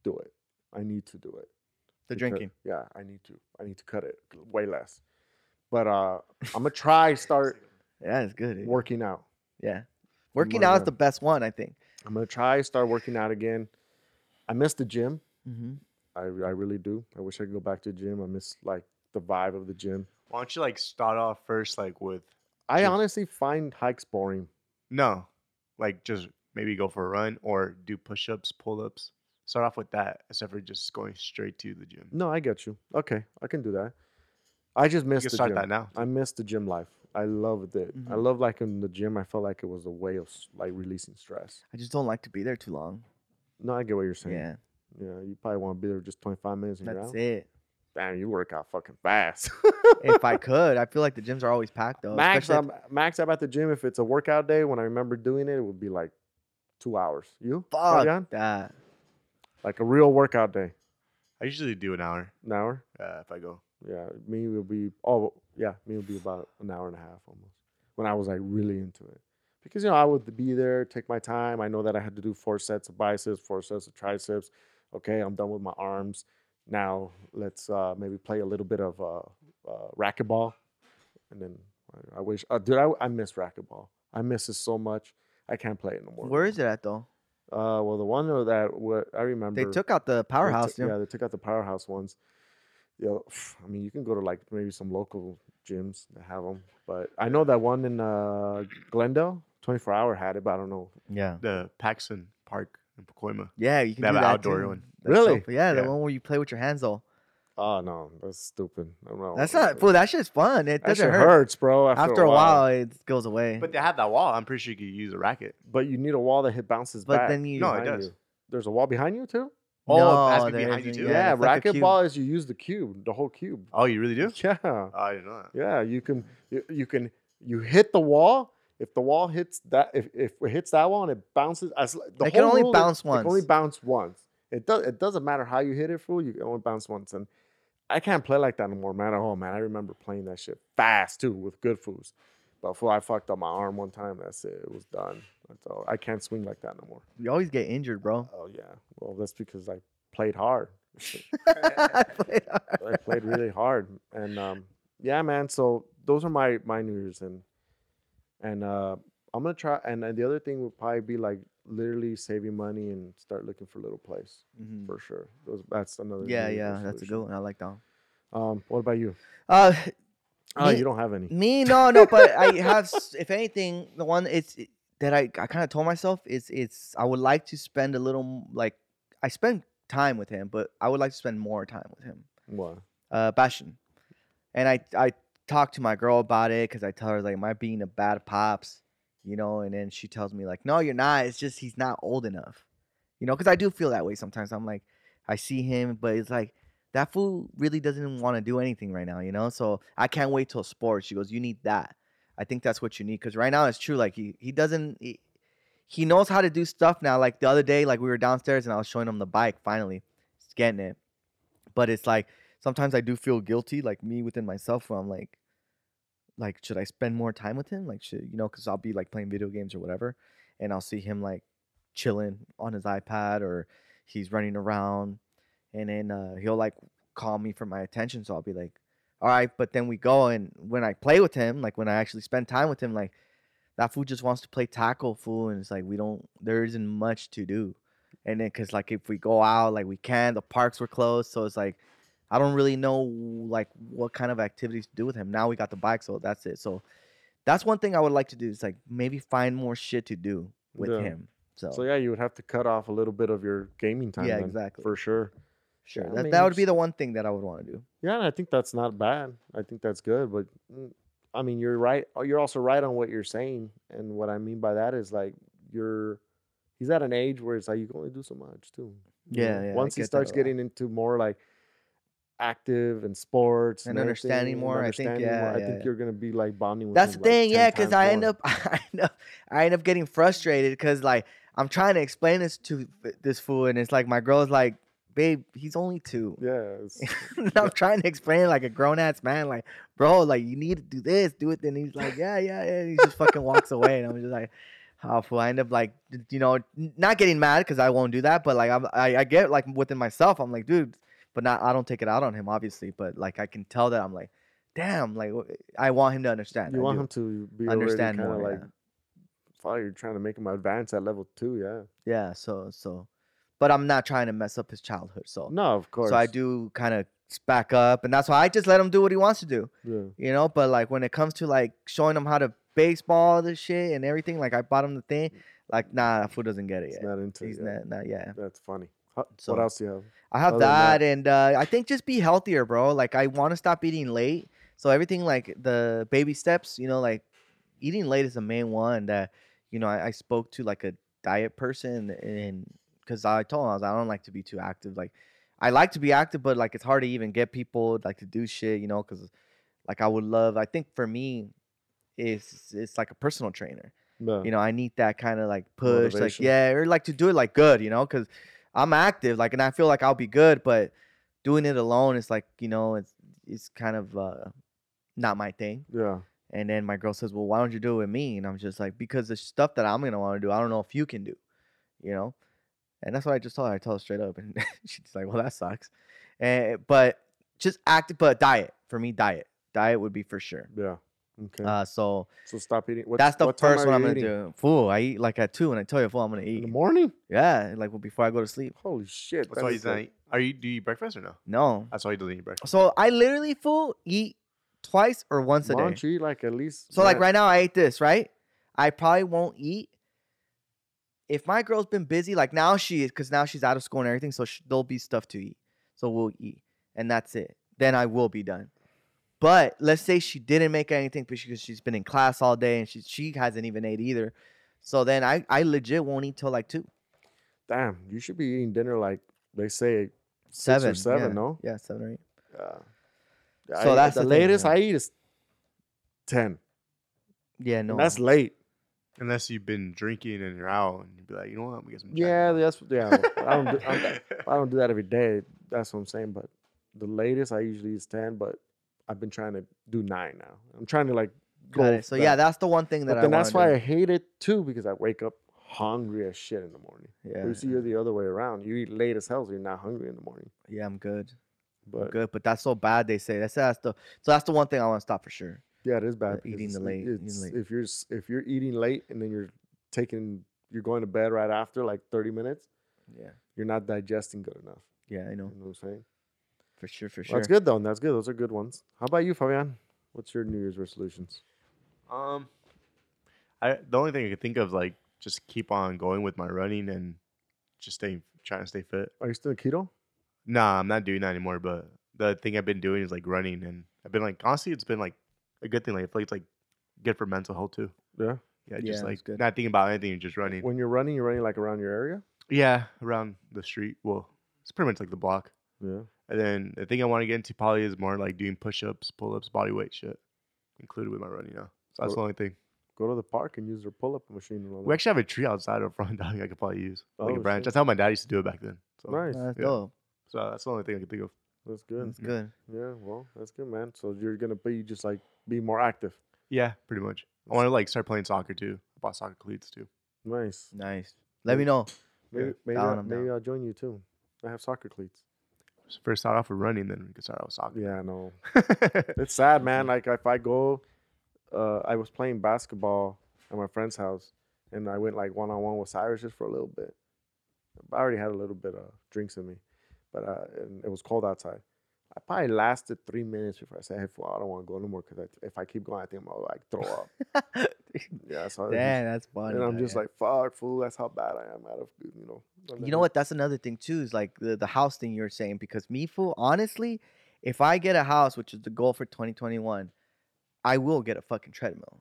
A: do it. I need to do it.
B: the
A: because-
B: drinking.
A: Yeah, I need to. I need to cut it way less. But uh, I'm gonna try start
B: Yeah, it's good. dude.
A: working out.
B: Yeah. Working
A: my
B: out is
A: God.
B: the best one, I think.
A: I'm gonna try start working out again. I miss the gym.
B: Mm-hmm.
A: I I really do. I wish I could go back to the gym. I miss like the vibe of the gym.
C: Why don't you like start off first, like with
A: I
C: Yes.
A: honestly find hikes boring.
C: no, like just maybe go for a run or do push ups, pull ups. Start off with that instead of just going straight to the gym.
A: No, I get you. Okay, I can do that. I Mm, just
C: You
A: miss
C: can
A: the
C: start
A: gym.
C: that now. Mm-hmm.
A: I miss the gym life. I loved it. I
B: Mhm.
A: love like in the gym. I felt like it was a way of s- like releasing stress.
B: I just don't like to be there too long.
A: No, I get what you're saying.
B: Yeah.
A: Yeah, you probably want to be there just 25 minutes and you're
B: That's
A: out.
B: it.
A: Damn, you work out fucking fast. *laughs*
B: if I could, I feel like the gyms are always packed though.
A: max,
B: Uh, especially if-
A: I'm, max, I'm at the gym. If it's a workout day, when I remember doing it, it would be like two hours. You? Fabian?
B: fuck that.
A: Like a real workout day.
C: I usually do an hour
A: An hour?
C: uh, if I go.
A: Yeah, me will be, oh, yeah, me will be about an hour and a half almost when I was like really into it. Because, you know, I would be there, take my time. I know that I had to do four sets of biceps, four sets of triceps. Okay, I'm done with my arms. Now let's uh, maybe play a little bit of uh, uh, racquetball. And then I, I wish, uh, dude, I, I miss racquetball. I miss it so much. I can't play it no more.
B: Where is it at though?
A: Uh, well, the one that what I remember
B: They took out the
A: they
B: powerhouse.
A: took-
B: gym.
A: yeah, they took out the powerhouse ones. You know, I mean, you can go to like maybe some local gyms that have them, but I know that one in uh, Glendale, 24 Hour had it, but I don't know.
B: yeah.
C: The Paxson Park in Pacoima.
B: Yeah, you can
C: They have
B: do
C: an
B: that
C: outdoor
B: too.
C: one.
B: That's so
A: Really?
B: fu- yeah, the
C: Yeah.
B: one where you play with your hands though.
A: Oh no, that's stupid. I don't know.
B: That's not fool. That shit's fun. It
A: Oh, That
B: doesn't
A: shit
B: hurt.
A: hurts, bro. After,
B: After a while, it goes away.
C: But they have that wall. I'm pretty sure you could use a racket.
A: but you need a wall that hit bounces
B: But
A: back.
B: then you-
C: No, it
A: behind
C: does.
A: you. There's a wall behind you too.
C: Oh,
B: No,
C: that's been
B: there
C: behind you
B: isn't.
C: too.
B: Yeah,
A: Yeah,
B: it's like a cube.
A: racquetball is you use the cube, the whole cube.
C: Oh, you really do?
A: *laughs* Yeah.
C: Oh, I didn't know that.
A: Yeah, you can you, you can you hit the wall. If the wall hits that, if, if it hits that wall and it bounces, as l- the
B: It can
A: whole
B: only
A: rule
B: bounce
A: it can only
B: once.
A: bounce once. It does. It doesn't matter how you hit it, fool. You can only bounce once, and I can't play like that anymore, man. Oh man, I remember playing that shit fast too with good fools. But fool, I fucked up my arm one time. That's it. It was done. That's all. I can't swing like that no more.
B: you always get injured,
A: *laughs*
B: bro. *laughs*
A: Oh yeah. Well, that's because I played hard. *laughs*
B: I played hard.
A: I played really hard, and um, yeah, man. So those are my my New Year's, and and uh, I'm gonna try. And, and the other thing would probably be like literally saving money and start looking for a little place
B: Mhm.
A: for sure. Those, that's another. New
B: Yeah,
A: Year's
B: yeah, that's a good
A: resolution.
B: one. I like that. One.
A: Um, what about you?
B: Uh,
A: Oh,
B: me-
A: you don't have any.
B: Me, no, no, but I have. s- If anything, the one it's it- that I, I kind of told myself is it's I would like to spend a little m- like I spend time with him, but I would like to spend more time with him,
A: What?
B: uh, Bashan. And I I talk to my girl about it because I tell her like, am I being a bad pops, you know? And then she tells me like, no, you're not. It's just he's not old enough, you know? Because I do feel that way sometimes. I'm like, I see him, but it's like that fool really doesn't want to do anything right now, you know? So I can't wait till sports. She goes, You need that. I think that's what you need. Cause right now it's true. Like he, he doesn't, he, he knows how to do stuff now. Like the other day, like we were downstairs and I was showing him the bike finally. He's getting it. But it's like sometimes I do feel guilty, like me within myself, where I'm like, like, should I spend more time with him? Like, should, you know, cause I'll be like playing video games or whatever. And I'll see him like chilling on his iPad or he's running around. And then uh, he'll like call me for my attention. So I'll be like, all right, but then we go and when I play with him, like when I actually spend time with him, like that fool just wants to play tackle fool, and it's like we don't there isn't much to do. And then cause like if we go out, like we can, the parks were closed. So it's like I don't really know like what kind of activities to do with him. Now we got the bike, so that's it. So that's one thing I would like to do is like maybe find more shit to do with
A: Yeah.
B: him. So,
A: So yeah, you would have to cut off a little bit of your gaming time.
B: Yeah,
A: then,
B: exactly.
A: For sure.
B: sure,
A: I
B: that,
A: mean,
B: that would be
A: it's-
B: the one thing that I would want to do.
A: Yeah, and I think that's not bad. I think that's good, but mm, I mean, you're right. oh, You're also right on what you're saying, and what I mean by that is like you're. He's at an age where it's like you can only do so much too. you
B: Yeah,
A: know?
B: yeah, I
A: Once he
B: get that a
A: starts
B: lot.
A: getting into more like active and sports
B: And
A: everything,
B: understanding
A: and
B: more, I think,
A: understanding more,
B: yeah,
A: I
B: yeah,
A: think
B: yeah.
A: you're gonna be like bonding with.
B: That's
A: him,
B: the
A: like,
B: thing,
A: 10
B: yeah, because
A: times
B: I end
A: more.
B: up, *laughs* I end up, I end up getting frustrated because like I'm trying to explain this to f- this fool, and it's like my girl's like, babe, he's only two.
A: Yeah, it's,
B: *laughs* And I'm trying to explain like a grown ass man, like, bro, like you need to do this, do it. Then he's like, yeah, yeah, yeah. and he just fucking walks away, and I'm just like, oh, fool. I end up like, d- you know, n- not getting mad because I won't do that, but like I'm, I, I get like within myself, I'm like, dude, but not, I don't take it out on him, obviously, but like I can tell that I'm like, damn, like w- I want him to understand.
A: you
B: I
A: want
B: do.
A: him to be
B: Understand
A: understand kind
B: more,
A: of like.
B: yeah.
A: "Fuck, you're trying to make him advance at level two. Yeah.
B: Yeah, so so, but I'm not trying to mess up his childhood. So
A: No, of course.
B: so I do kind of back up, and that's why I just let him do what he wants to do,
A: Yeah.
B: you know. But like when it comes to like showing him how to baseball this shit and everything, like I bought him the thing, like nah, fool doesn't get
A: Mm.
B: it
A: It's
B: yet.
A: not into. it,
B: He's
A: yeah.
B: not, not yeah.
A: That's funny. Huh,
B: So-
A: what else do you have?
B: I have
A: Other than
B: that,
A: that-
B: and uh, I think just be healthier, bro. Like I want to stop eating late, so everything like the baby steps, you know, like eating late is the main one that you know I, I spoke to like a diet person, and because I told him I was like, I don't like to be too active. Like I like to be active, but like it's hard to even get people like to do shit, you know, because like I would love. I think for me, it's it's like a personal trainer
A: No.
B: you know i need that kind of like push like
A: Motivation.
B: yeah or like to do it like good you know because i'm active like and i feel like i'll be good but doing it alone is like you know it's it's kind of uh not my thing
A: yeah.
B: and then my girl says well why don't you do it with me and i'm just like because the stuff that i'm gonna want to do i don't know if you can do you know and that's what i just told her i told her straight up and *laughs* she's like well that sucks and but just active but diet for me diet diet would be for sure
A: Yeah. Okay.
B: uh so
A: so stop eating. What,
B: that's the
A: what time
B: first
A: are
B: one I'm
A: you
B: gonna
A: eating?
B: do. Fool, I eat like at two, and I tell you, fool, I'm gonna
A: In
B: eat.
A: the morning?
B: Yeah, like well, before I go to sleep.
A: Holy shit.
C: That's
A: that
C: why
A: is
C: he's
A: like-
C: not. Are you do you eat breakfast or no?
B: No,
C: That's why he doesn't eat breakfast.
B: so I literally fool eat twice or once a
A: Why
B: day.
A: don't you eat like at least.
B: So like
A: that?
B: right now, I ate this right. I probably won't eat if my girl's been busy. Like now she is because now she's out of school and everything, so sh- there'll be stuff to eat. So we'll eat, and that's it. Then I will be done. But let's say she didn't make anything because she's been in class all day and she she hasn't even ate either. So then I, I legit won't eat till like two.
A: Damn, you should be eating dinner like they say six or seven,
B: yeah.
A: no?
B: Yeah, seven or eight.
A: Yeah.
B: So
A: I-
B: that's
A: the
B: the thing,
A: latest
B: yeah.
A: I eat is 10.
B: Yeah,
A: No.
B: no.
A: That's late.
C: Unless you've been drinking and you're out, and you'd be like, you know what, I'm gonna get some.
A: Yeah, that's yeah. well, I don't do,
B: *laughs*
A: I'm,
C: *laughs* Chinese."
A: I don't do that every day. That's what I'm saying. But the latest I usually is ten, but I've been trying to do nine now. I'm trying to like go.
B: Got it. So yeah, that's the one thing that
A: but
B: I.
A: then that's why
B: wanna
A: I hate it too because I wake up hungry as shit in the morning.
B: do.
A: But you see,
B: yeah,
A: you're the other way around. You eat late as hell, so you're not hungry in the morning.
B: yeah, I'm good. I'm
A: But
B: good, but that's so bad. They say that's that's the so that's the one thing I want to stop for sure.
A: yeah, it is bad.
B: But eating
A: because
B: the
A: it's-
B: late- eating
A: it's-
B: late.
A: If you're s- if you're eating late and then you're taking you're going to bed right after like 30 minutes,
B: Yeah,
A: you're not digesting good enough.
B: yeah, I
A: You
B: know
A: know what I'm saying?
B: for sure, for
A: Well,
B: sure.
A: That's good though. That's good. Those are good ones. How about you, Fabian? What's your New Year's resolutions?
C: Um, I the only thing I could think of like just keep on going with my running and just staying trying to stay fit.
A: Are you still keto?
C: Nah, I'm not doing that anymore. But the thing I've been doing is like running, and I've been like honestly, it's been like a good thing. Like I feel like it's like good for mental health too.
A: Yeah.
C: Yeah, just
B: Yeah,
C: like
B: it's good.
C: not thinking about anything, just running.
A: When you're running, you're running like around your area.
C: Yeah, around the street. Well, it's pretty much like the block.
A: Yeah.
C: And then the thing I want to get into probably is more like doing push-ups, pull-ups, body weight shit included with my running now. So that's
A: Or-
C: the only thing.
A: Go to the park and use their pull-up machine. And all
C: We
A: that.
C: actually have a tree outside up front *laughs* that I could probably use, like
A: Oh,
C: a branch.
A: shit.
C: That's how my dad used to do it back then. So,
A: nice.
B: That's
C: Yeah.
B: dope.
C: so that's the only thing I can think of.
A: That's good.
B: That's good.
A: Yeah. Well, that's good, man. So you're gonna be just like be more active.
C: Yeah, pretty much. I want to like start playing soccer too. I bought soccer cleats too.
A: Nice.
B: Nice. Let
A: *laughs*
B: me know.
A: Maybe
C: Yeah.
A: maybe,
B: Down,
A: I,
B: I'm
A: maybe
B: down.
A: I'll join you too. I have soccer cleats.
C: So first start off with running, then we can start out with soccer. *laughs*
A: Yeah, I know.
C: Yeah.
A: It's sad,
B: *laughs*
A: man. Like if I go, uh, I was playing basketball at my friend's house, and I went like one on one with Cyrus just for a little bit. I already had a little bit of drinks in me, but uh, and it was cold outside. I probably
B: *laughs*
A: lasted three minutes before I said, "Hey, fool, I don't want to go no more because if I keep going, I think I'm gonna like throw up." Yeah, so I-
B: Damn, that's funny.
A: and I'm just
B: man.
A: like, fuck, fool. That's how bad I am out of you know. of
B: you
A: that.
B: know what? That's another thing too. Is like the, the house thing you were saying because me fool. Honestly, if I get a house, which is the goal for 2021, I will get a fucking treadmill.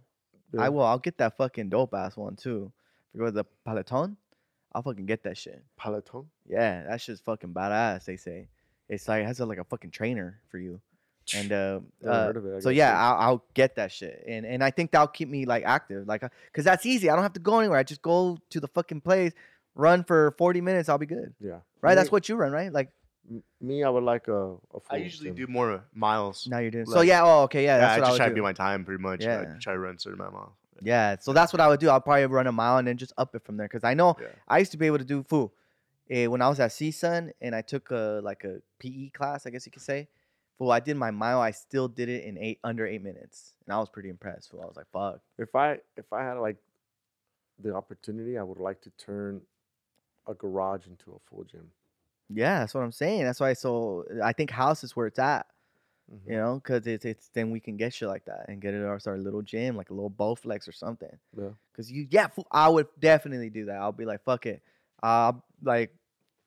A: Yeah.
B: I will. I'll get that fucking dope ass one too. If you go to the Peloton, I'll fucking get that shit.
A: Peloton.
B: Yeah, that shit's fucking badass. They say it's like it has a, like a fucking trainer for you, and uh,
A: Never
B: uh
A: heard of it, I
B: so
A: gotta
B: yeah,
A: check.
B: I'll, I'll get that shit, and and I think that'll keep me like active, like uh, cause that's easy. I don't have to go anywhere. I just go to the fucking place, run for forty minutes. I'll be good,
A: yeah.
B: right?
A: Me,
B: That's what you run, right? Like
A: m- me. I would like a. a
C: I
A: full
C: usually
A: gym.
C: do more miles.
B: now you're doing. So
C: Like-
B: yeah, oh okay, yeah,
C: Yeah,
B: that's what
C: I
B: I
C: just
B: would
C: try to
B: do.
C: do my time pretty much. Yeah.
B: Yeah.
C: I try to run a certain amount of miles.
B: yeah, so that's what I would do. I'll probably run a mile and then just up it from there, cause I know
C: Yeah.
B: I used to be able to do foo. Eh, when I was at CSUN and I took a like a PE class, I guess you could say. Fool, I did my mile. I still did it in eight under eight minutes, and I was pretty impressed. Fool, I was like, "Fuck,
A: If I if I had like the opportunity, I would like to turn a garage into a full gym.
B: yeah, that's what I'm saying." That's why. So I think house is where it's at,
A: Mhm.
C: Mm-hmm.
B: you know, because it's it's then we can get shit like that and get it ours our little gym, like a little Bowflex or something.
A: Yeah.
B: Cause you, yeah, fool, I would definitely do that. I'll be like, fuck it. Uh, like,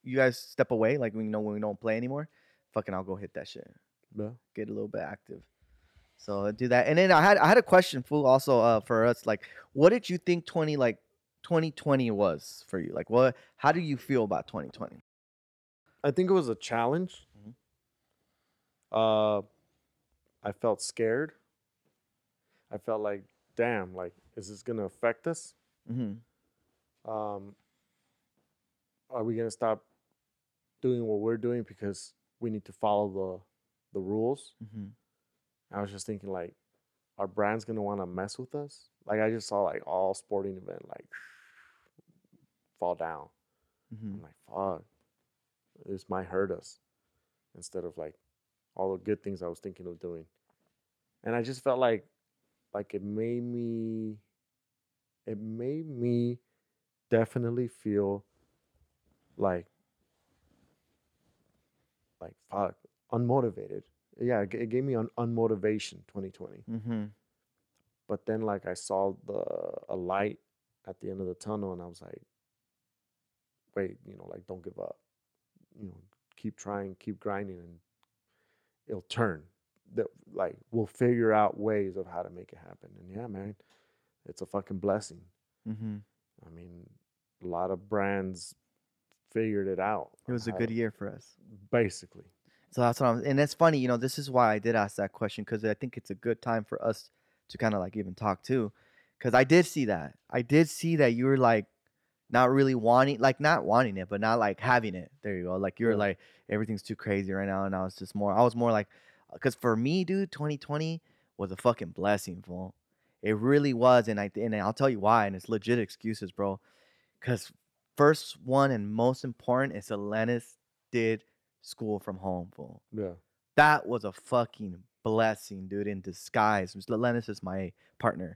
B: you guys step away, like we know when we don't play anymore. Fucking, I'll go hit that shit.
A: Yeah.
B: get a little bit active. So I do that. And then I had I had a question, fool, also uh, for us. Like, what did you think twenty like twenty twenty was for you? Like, what? How do you feel about twenty twenty?
A: I think it was a challenge.
B: Mhm.
A: Uh, I felt scared. I felt like, damn, like, is this gonna affect us?
B: Mm-hmm.
A: Um, are we gonna stop doing what we're doing because we need to follow the the rules?
B: Mm-hmm.
A: I was just thinking like, our brand's gonna want to mess with us. Like, I just saw like all sporting event like *sniffs* fall down.
B: Mm-hmm.
A: I'm like, fuck, this might hurt us instead of like all the good things I was thinking of doing. And I just felt like, like it made me, it made me definitely feel like, like fuck, unmotivated. Yeah, it g- it gave me an unmotivation 2020
B: Mm-hmm.
A: but then like I saw the a light at the end of the tunnel and I was like wait you know like don't give up you know keep trying keep grinding and it'll turn that like we'll figure out ways of how to make it happen and yeah man it's a fucking blessing
B: Mm-hmm.
A: I mean a lot of brands figured it out
B: It was a
A: how-
B: good year for us.
A: basically
B: So that's what I'm, and that's funny, you know. This is why I did ask that question because I think it's a good time for us to kind of like even talk too, because I did see that. I did see that you were like not really wanting, like not wanting it, but not like having it. There you go. Like you're
A: Yeah.
B: like everything's too crazy right now, and I was just more. I was more like, because for me, dude, 2020 was a fucking blessing, fool. It really was, and I and I'll tell you why, and it's legit excuses, bro. Because first one and most important is Alanis did school from home, fool.
A: yeah
B: That was a fucking blessing, dude, in disguise. Miss Lennis is my partner.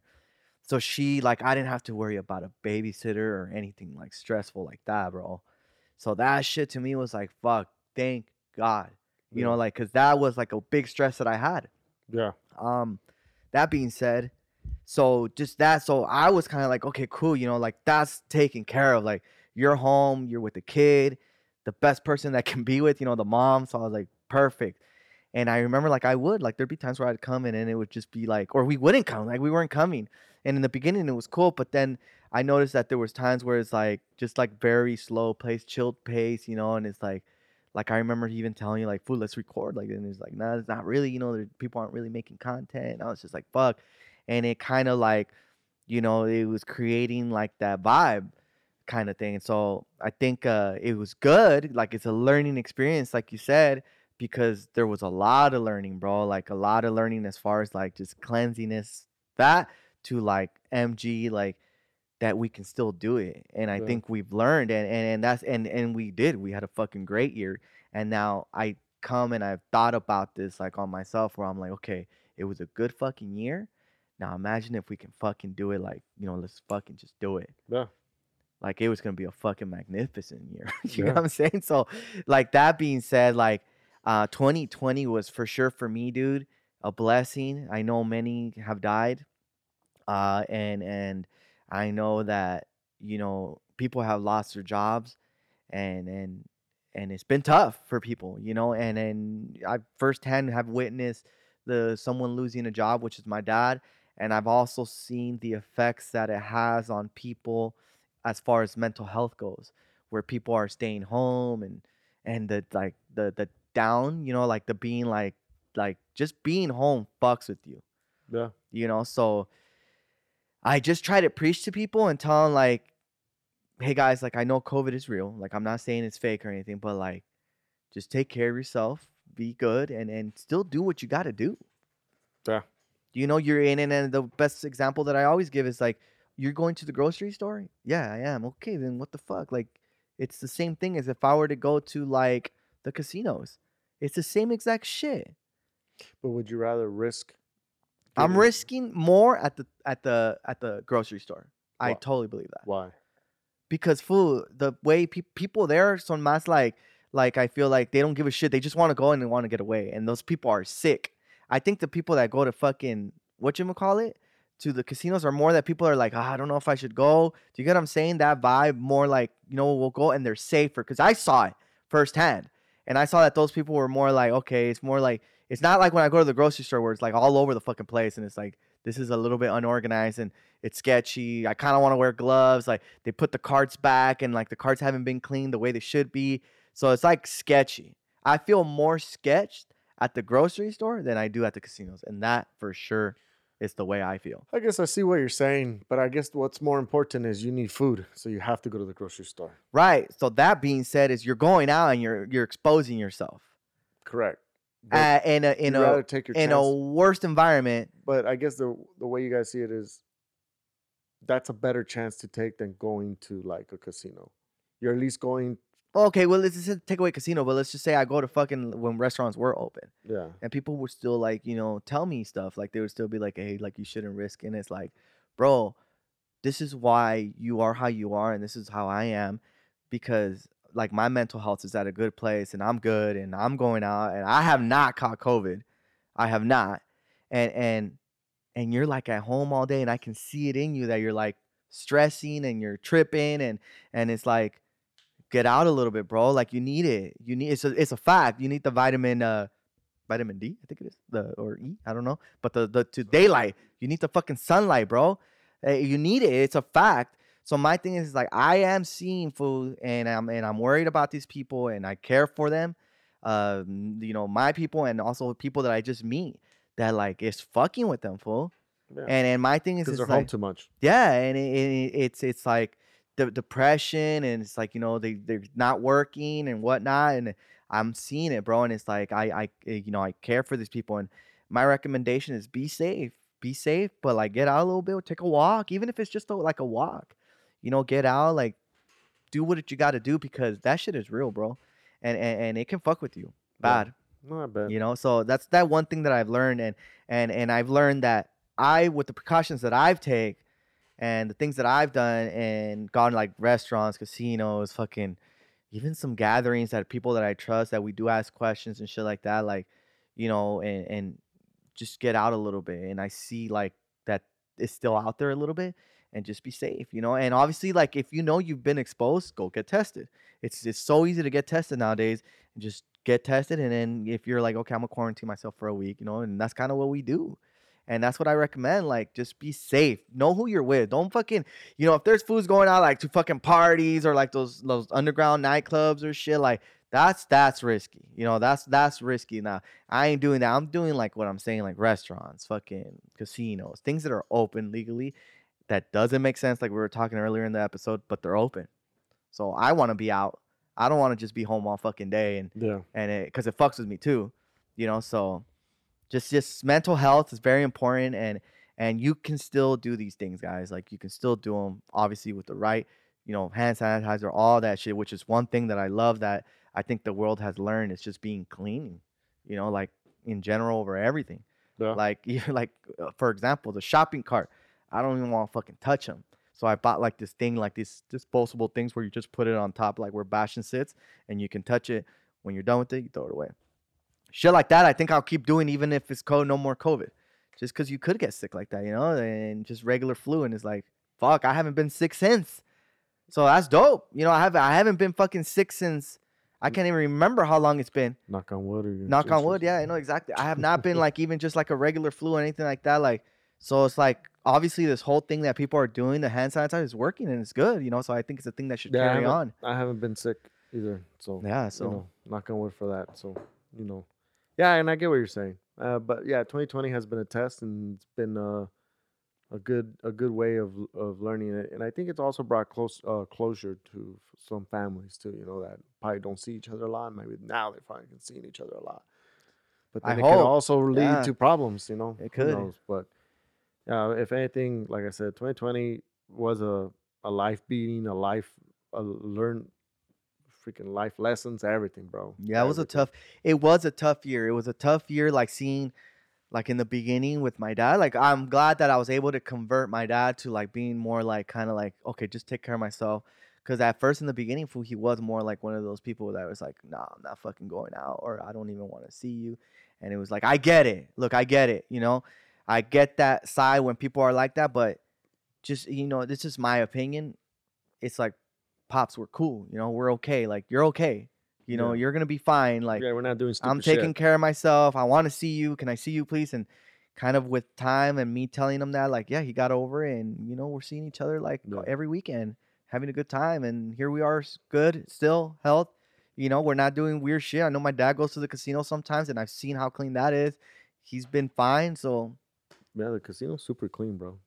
B: So she, like, I didn't have to worry about a babysitter or anything like stressful like that, bro. So that shit to me was like, fuck, thank God. You know,
A: Yeah.
B: like, cause that was like a big stress that I had.
A: yeah
B: Um, that being said, so just that, so I was kind of like, okay, cool, you know, like that's taken care of. Like you're home, you're with the kid, the best person that *laughs* can be with, you know, the mom. So I was like, perfect. And I remember like I would, like there'd be times where I'd come in and it would just be like, or we wouldn't come, like we weren't coming. And in the beginning it was cool, but then I noticed that there was times where it's like just like very slow pace, chilled pace, you know, and it's like like I remember even telling you like, "Fool, let's record." Like, and it's like, "Nah, it's not really." You know, there- people aren't really making content. And I was just like, "Fuck," and it kind of like, you know, it was creating like that vibe kind of thing. And so I think uh, it was good. Like, it's a learning experience, like you said, because there was a lot of learning, bro. Like a lot of learning as far as like just cleansing this that to like MG like that we can still do it and i
A: Yeah.
B: think we've learned and, and and that's and and we did we had a fucking great year and now i come and i've thought about this like on myself where i'm like okay it was a good fucking year now imagine if we can fucking do it like you know let's fucking just do it
A: yeah
B: like it was gonna be a fucking magnificent year. *laughs* you
A: Yeah.
B: know what I'm saying? So, like that being said, like uh, 2020 was for sure for me, dude, a blessing. I know many have died. uh, and and I know that you know people have lost their jobs, and and and it's been tough for people, you know, and and I firsthand have witnessed the someone losing a job, which is my dad, and I've also seen the effects that it has on people as far as mental health goes, where people are staying home and and the like the the down, you know, like the being like like just being home fucks with you
A: Yeah.
B: you know so i just try to preach to people and tell them like hey guys like i know covid is real like i'm not saying it's fake or anything but like just take care of yourself be good and and still do what you got to do
A: Yeah.
B: you know you're in and, and the best example that i always give is like you're going to the grocery store yeah i am okay then what the fuck like it's the same thing as if i were to go to like the casinos it's the same exact shit
A: But would you rather risk?
B: I'm
A: getting-
B: risking more at the at the at the grocery store. I
A: Wha-
B: totally believe that
A: Why?
B: because food, the way pe- people there, son más like like I feel like they don't give a shit. They just want to go and they want to get away, and those people are sick. I think the people that go to fucking what you call it to the casinos are more that people are like, ah, I don't know if I should go. Do you get what I'm saying? That vibe, more like you know we'll go and they're safer because I saw it firsthand, and I saw that those people were more like, okay, it's more like it's not like when I go to the grocery store where it's like all over the fucking place and it's like this is a little bit unorganized and it's sketchy. I kind of want to wear gloves. Like they put the carts back and like the carts haven't been cleaned the way they should be. So it's like sketchy. I feel more sketched at the grocery store than I do at the casinos. And that for sure is the way I feel.
A: I guess I see what you're saying, but I guess what's more important is you need food, so you have to go to the grocery store.
B: Right. So that being said is you're going out and you're you're exposing yourself.
A: Correct. But
B: Uh, in a in
A: you'd rather
B: a
A: take your
B: in a
A: chance.
B: worst environment.
A: but I guess the the way you guys see it is that's a better chance to take than going to like a casino. You're at least going,
B: Okay, well let's just take away casino, but let's just say I go to fucking when restaurants were open.
A: yeah,
B: and people would still like you know tell me stuff like they would still be like hey like you shouldn't risk and it's like bro this is why you are how you are and this is how i am because like my mental health is at a good place and i'm good and i'm going out and i have not caught covid i have not and and and you're like at home all day and i can see it in you that you're like stressing and you're tripping and and it's like get out a little bit bro like you need it you need it's a, it's a fact you need the vitamin uh vitamin D, I think it is, the or E, I don't know. But the the to daylight, you need the fucking sunlight, bro. Eh, You need it. It's a fact. So my thing is like I am seeing food, and I'm and I'm worried about these people, and I care for them, uh, you know, my people, and also people that I just meet that like is fucking with them, fool.
A: because
B: And and my thing is,
A: they're
B: it's
A: home
B: like,
A: too much.
B: yeah, and it, it, it's it's like the depression, and it's like you know they they're not working and whatnot, and I'm seeing it, bro, and it's like I I eh, you know I care for these people, and my recommendation is be safe, be safe, but like get out a little bit, take a walk, even if it's just a, like a walk, you know, get out, like do what you got to do because that shit is real, bro, and and, and it can fuck with you
A: Yeah.
B: bad
A: No, I bet.
B: you know so that's that one thing that i've learned and and and i've learned that i with the precautions that i've take and the things that i've done and gone like restaurants casinos fucking even some gatherings that people that i trust that we do ask questions and shit like that like you know and and just get out a little bit and i see like that it's still out there a little bit and just be safe you know and obviously like if you know you've been exposed go get tested it's it's so easy to get tested nowadays just get tested and then if you're like okay i'm gonna quarantine myself for a week you know and that's kind of what we do and that's what i recommend like just be safe know who you're with don't fucking you know if there's foods going out like to fucking parties or like those those underground nightclubs or shit like that's that's risky you know that's that's risky now i ain't doing that i'm doing like what i'm saying like restaurants fucking casinos things that are open legally that doesn't make sense like we were talking earlier in the episode but they're open so i want to be out i don't want to just be home all fucking day and
A: Yeah,
B: and it because it fucks with me too, you know. So just just mental health is very important, and and you can still do these things, guys. Like you can still do them, obviously with the right, you know, hand sanitizer, all that shit. Which is one thing that I love that I think the world has learned is just being clean, you know, like in general over everything.
A: yeah.
B: Like *laughs* you like uh, for example, the shopping cart. I don't even want to fucking touch them. So I bought like this thing, like these disposable things where you just put it on top, like where Bastion sits, and you can touch it. When you're done with it, you throw it away. Shit like that, I think I'll keep doing even if it's co no more COVID. just because you could get sick like that, you know, and just regular flu, and it's like, fuck, I haven't been sick since. So that's dope. You know, I have I haven't been fucking sick since I can't even remember how long it's been.
A: Knock on wood. Or your
B: Knock on wood,
A: ancestors.
B: yeah, I know exactly. I have not been like even just like a regular flu or anything like that. Like so it's like obviously this whole thing that people are doing, the hand sanitizer is working and it's good, you know. So I think it's a thing that should
A: Yeah, I
B: carry
A: haven't-
B: on.
A: I haven't been sick either, so
B: Yeah,
A: so
B: so
A: knock on wood for that. So you know, yeah, and I get what you're saying. Uh, but yeah, 2020 has been a test, and it's been a a good a good way of of learning it, and I think it's also brought close uh, closure to f- some families too. You know that probably don't see each other a lot. Maybe now they're finally seeing each other a lot, but
B: I
A: then it can
B: hope.
A: also lead
B: Yeah.
A: to problems. You know,
B: It
A: Who
B: could.
A: knows? But uh, if anything, like I said, 2020 was a a life beating, a life a learn freaking life lessons, everything, bro.
B: Yeah, it was a
A: Everything.
B: tough. It was a tough year. It was a tough year. Like seeing, like in the beginning with my dad. Like I'm glad that I was able to convert my dad to like being more like kind of like okay, just take care of myself. Because at first in the beginning, fool, he was more like one of those people that was like, nah, I'm not fucking going out, or I don't even want to see you. And it was like, I get it. Look, I get it. You know, I get that side when people are like that, but just you know, this is my opinion. It's like, pops, we're cool. You know, we're okay. Like you're okay. You know,
A: Yeah.
B: you're gonna be fine. Like
A: yeah, we're not doing stupid
B: I'm taking
A: shit.
B: care of myself. I want to see you. Can I see you, please? And kind of with time and me telling him that, like, yeah, he got over it, and you know, we're seeing each other like
A: Yeah.
B: every weekend, having a good time, and here we are, s- good, still health. You know, we're not doing weird shit. I know my dad goes to the casino sometimes, and I've seen how clean that is. He's been fine, so
A: Yeah, the casino's super clean, bro.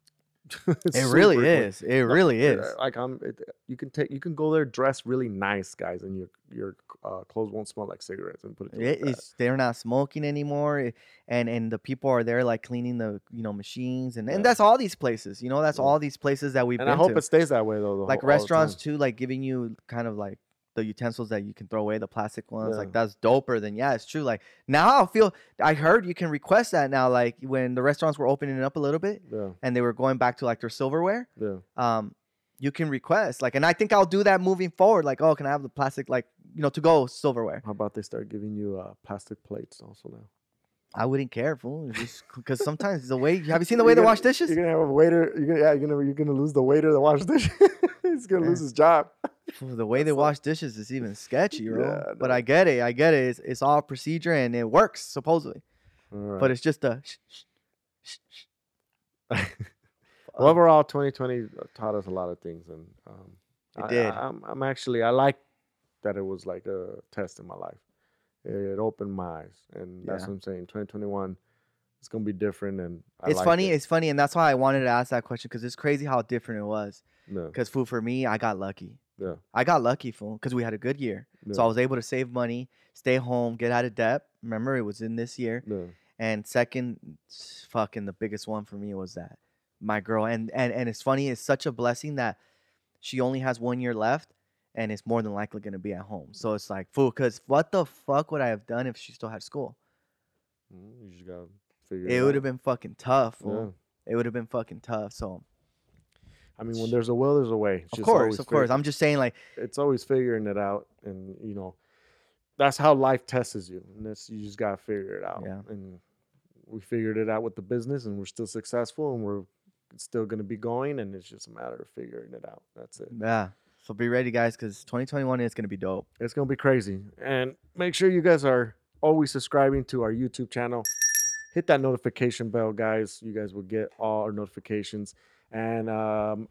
A: *laughs*
B: it really is. It really is.
A: Like I'm, it, you can take, you can go there dressed really nice, guys, and your your uh, clothes won't smell like cigarettes. And put it. uh to
B: It
A: like that.
B: is. They're not smoking anymore, it- and and the people are there like cleaning the you know machines, and
A: Yeah.
B: and that's all these places. You know, that's
A: Yeah.
B: all these places that we've
A: And
B: been
A: I hope
B: to.
A: it stays that way though. the
B: like
A: whole- all the
B: restaurants
A: time.
B: too, like giving you kind of like the utensils that you can throw away, the plastic ones.
A: Yeah.
B: Like that's doper than yeah, it's true. Like now I feel I heard you can request that now. Like when the restaurants were opening it up a little bit and they were going back to like their silverware,
A: Yeah, yeah.
B: um, you can request like, and I think I'll do that moving forward. Like oh, can I have the plastic like you know to go silverware?
A: How about they start giving you uh, plastic plates also now?
B: I wouldn't care, fool, because sometimes the way have you seen the way they wash dishes?
A: *laughs* You're gonna have a waiter. You're gonna, yeah, you're gonna you're gonna lose the waiter that washes dishes. *laughs* He's gonna
B: Yeah.
A: lose his job.
B: Fool, the way they
A: That's like-
B: wash dishes is even
A: *laughs*
B: sketchy, bro.
A: Yeah, I
B: but
A: know.
B: I get it, I get it. It's, it's all procedure and it works supposedly. *laughs* but it's just a sh- sh- sh- sh-
A: Well,
B: Uh,
A: overall, 2020 taught us a lot of things, and um,
B: It
A: I,
B: did.
A: I, am I'm actually I like that it was like a test in my life. It opened my eyes, and that's
B: Yeah.
A: what I'm saying. 2021, it's gonna be different, and I
B: it's
A: like
B: funny
A: It.
B: it's funny and that's why i wanted to ask that question because it's crazy how different it was
A: No,
B: because food for me i got lucky
A: Yeah.
B: i got lucky fool because we had a good year so
A: Yeah.
B: i was able to save money stay home get out of debt remember it was in this year
A: no.
B: and second s- fucking the biggest one for me was that my girl and and, and it's funny it's such a blessing that she only has one year left and it's more than likely going to be at home so it's like fool because what the fuck would i have done if she still had school
A: Mm, you just gotta figure it,
B: it would have
A: out.
B: been fucking tough.
A: Yeah.
B: fool. It would have been fucking tough. So
A: I mean, when there's a will, there's a way. It's
B: of
A: just
B: course,
A: always
B: of course,
A: fig-
B: I'm just saying like
A: it's always figuring it out, and you know, that's how life tests you, and that's you just gotta figure it out.
B: Yeah.
A: And we figured it out with the business, and we're still successful, and we're still gonna be going, and it's just a matter of figuring it out. That's it.
B: yeah. So be ready, guys, because 2021 is gonna be dope.
A: It's gonna be crazy. And make sure you guys are always subscribing to our YouTube channel. Hit that notification bell, guys. You guys will get all our notifications. And um,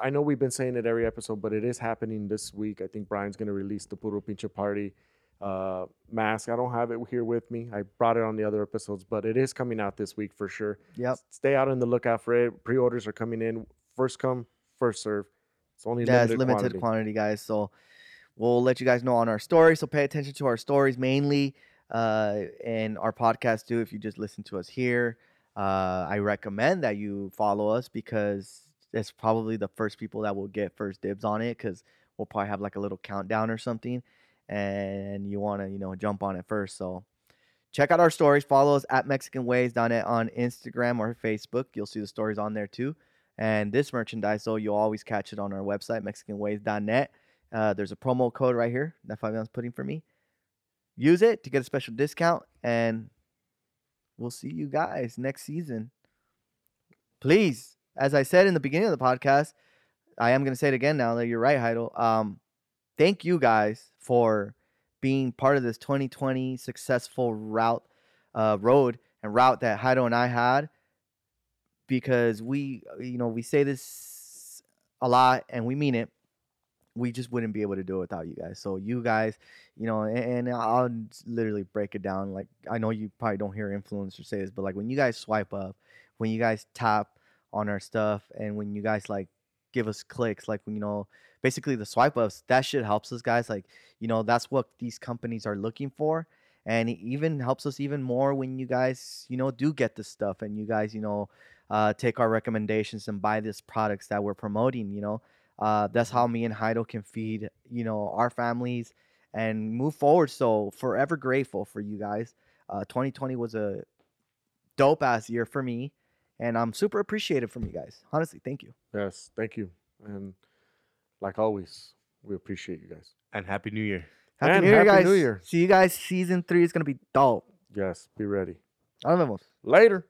A: I know we've been saying it every episode, but it is happening this week. I think Brian's gonna release the Puro Pinche Party uh, mask. I don't have it here with me. I brought it on the other episodes, but it is coming out this week for sure.
B: Yep.
A: Stay out on the lookout for it. Pre-orders are coming in. First come, first serve. It's only
B: Yeah, it's
A: limited,
B: limited
A: quantity.
B: quantity. guys. So we'll let you guys know on our story. So pay attention to our stories mainly, uh, and our podcast too. If you just listen to us here, uh, I recommend that you follow us because it's probably the first people that will get first dibs on it because we'll probably have like a little countdown or something, and you want to you know jump on it first. So. Check out our stories. Follow us at Mexican Ways down at on Instagram or Facebook. You'll see the stories on there too and this merchandise though you'll always catch it on our website mexicanways.net uh, there's a promo code right here that Fabian's putting for me use it to get a special discount and we'll see you guys next season. Please, as I said in the beginning of the podcast, I am going to say it again now that you're right, Heidel. Um, thank you guys for being part of this 2020 successful route, uh, road and route that Heidel and I had because we, uh, you know, we say this a lot and we mean it. We just wouldn't be able to do it without you guys. So you guys, you know, and, and I'll literally break it down. Like I know you probably don't hear influencers say this, but like when you guys swipe up, when you guys tap on our stuff, and when you guys like give us clicks, like you know, basically the swipe ups, that shit helps us guys. Like you know, that's what these companies are looking for, and it even helps us even more when you guys, you know, do get this stuff and you guys, you know, uh, take our recommendations and buy this products that we're promoting. You know, uh, that's
A: Mm-hmm.
B: how me and Heido can feed you know our families and move forward. So forever grateful for you guys. Uh, 2020 was a dope ass year for me, and I'm super appreciative from you guys. Honestly, thank you.
A: Yes, thank you. And like always, we appreciate you guys.
C: And happy New Year.
B: Happy
A: And
B: New Year,
A: Happy
B: guys.
A: New Year.
B: See you guys. Season three is gonna be dope.
A: Yes, be ready.
B: I don't know.
A: Later.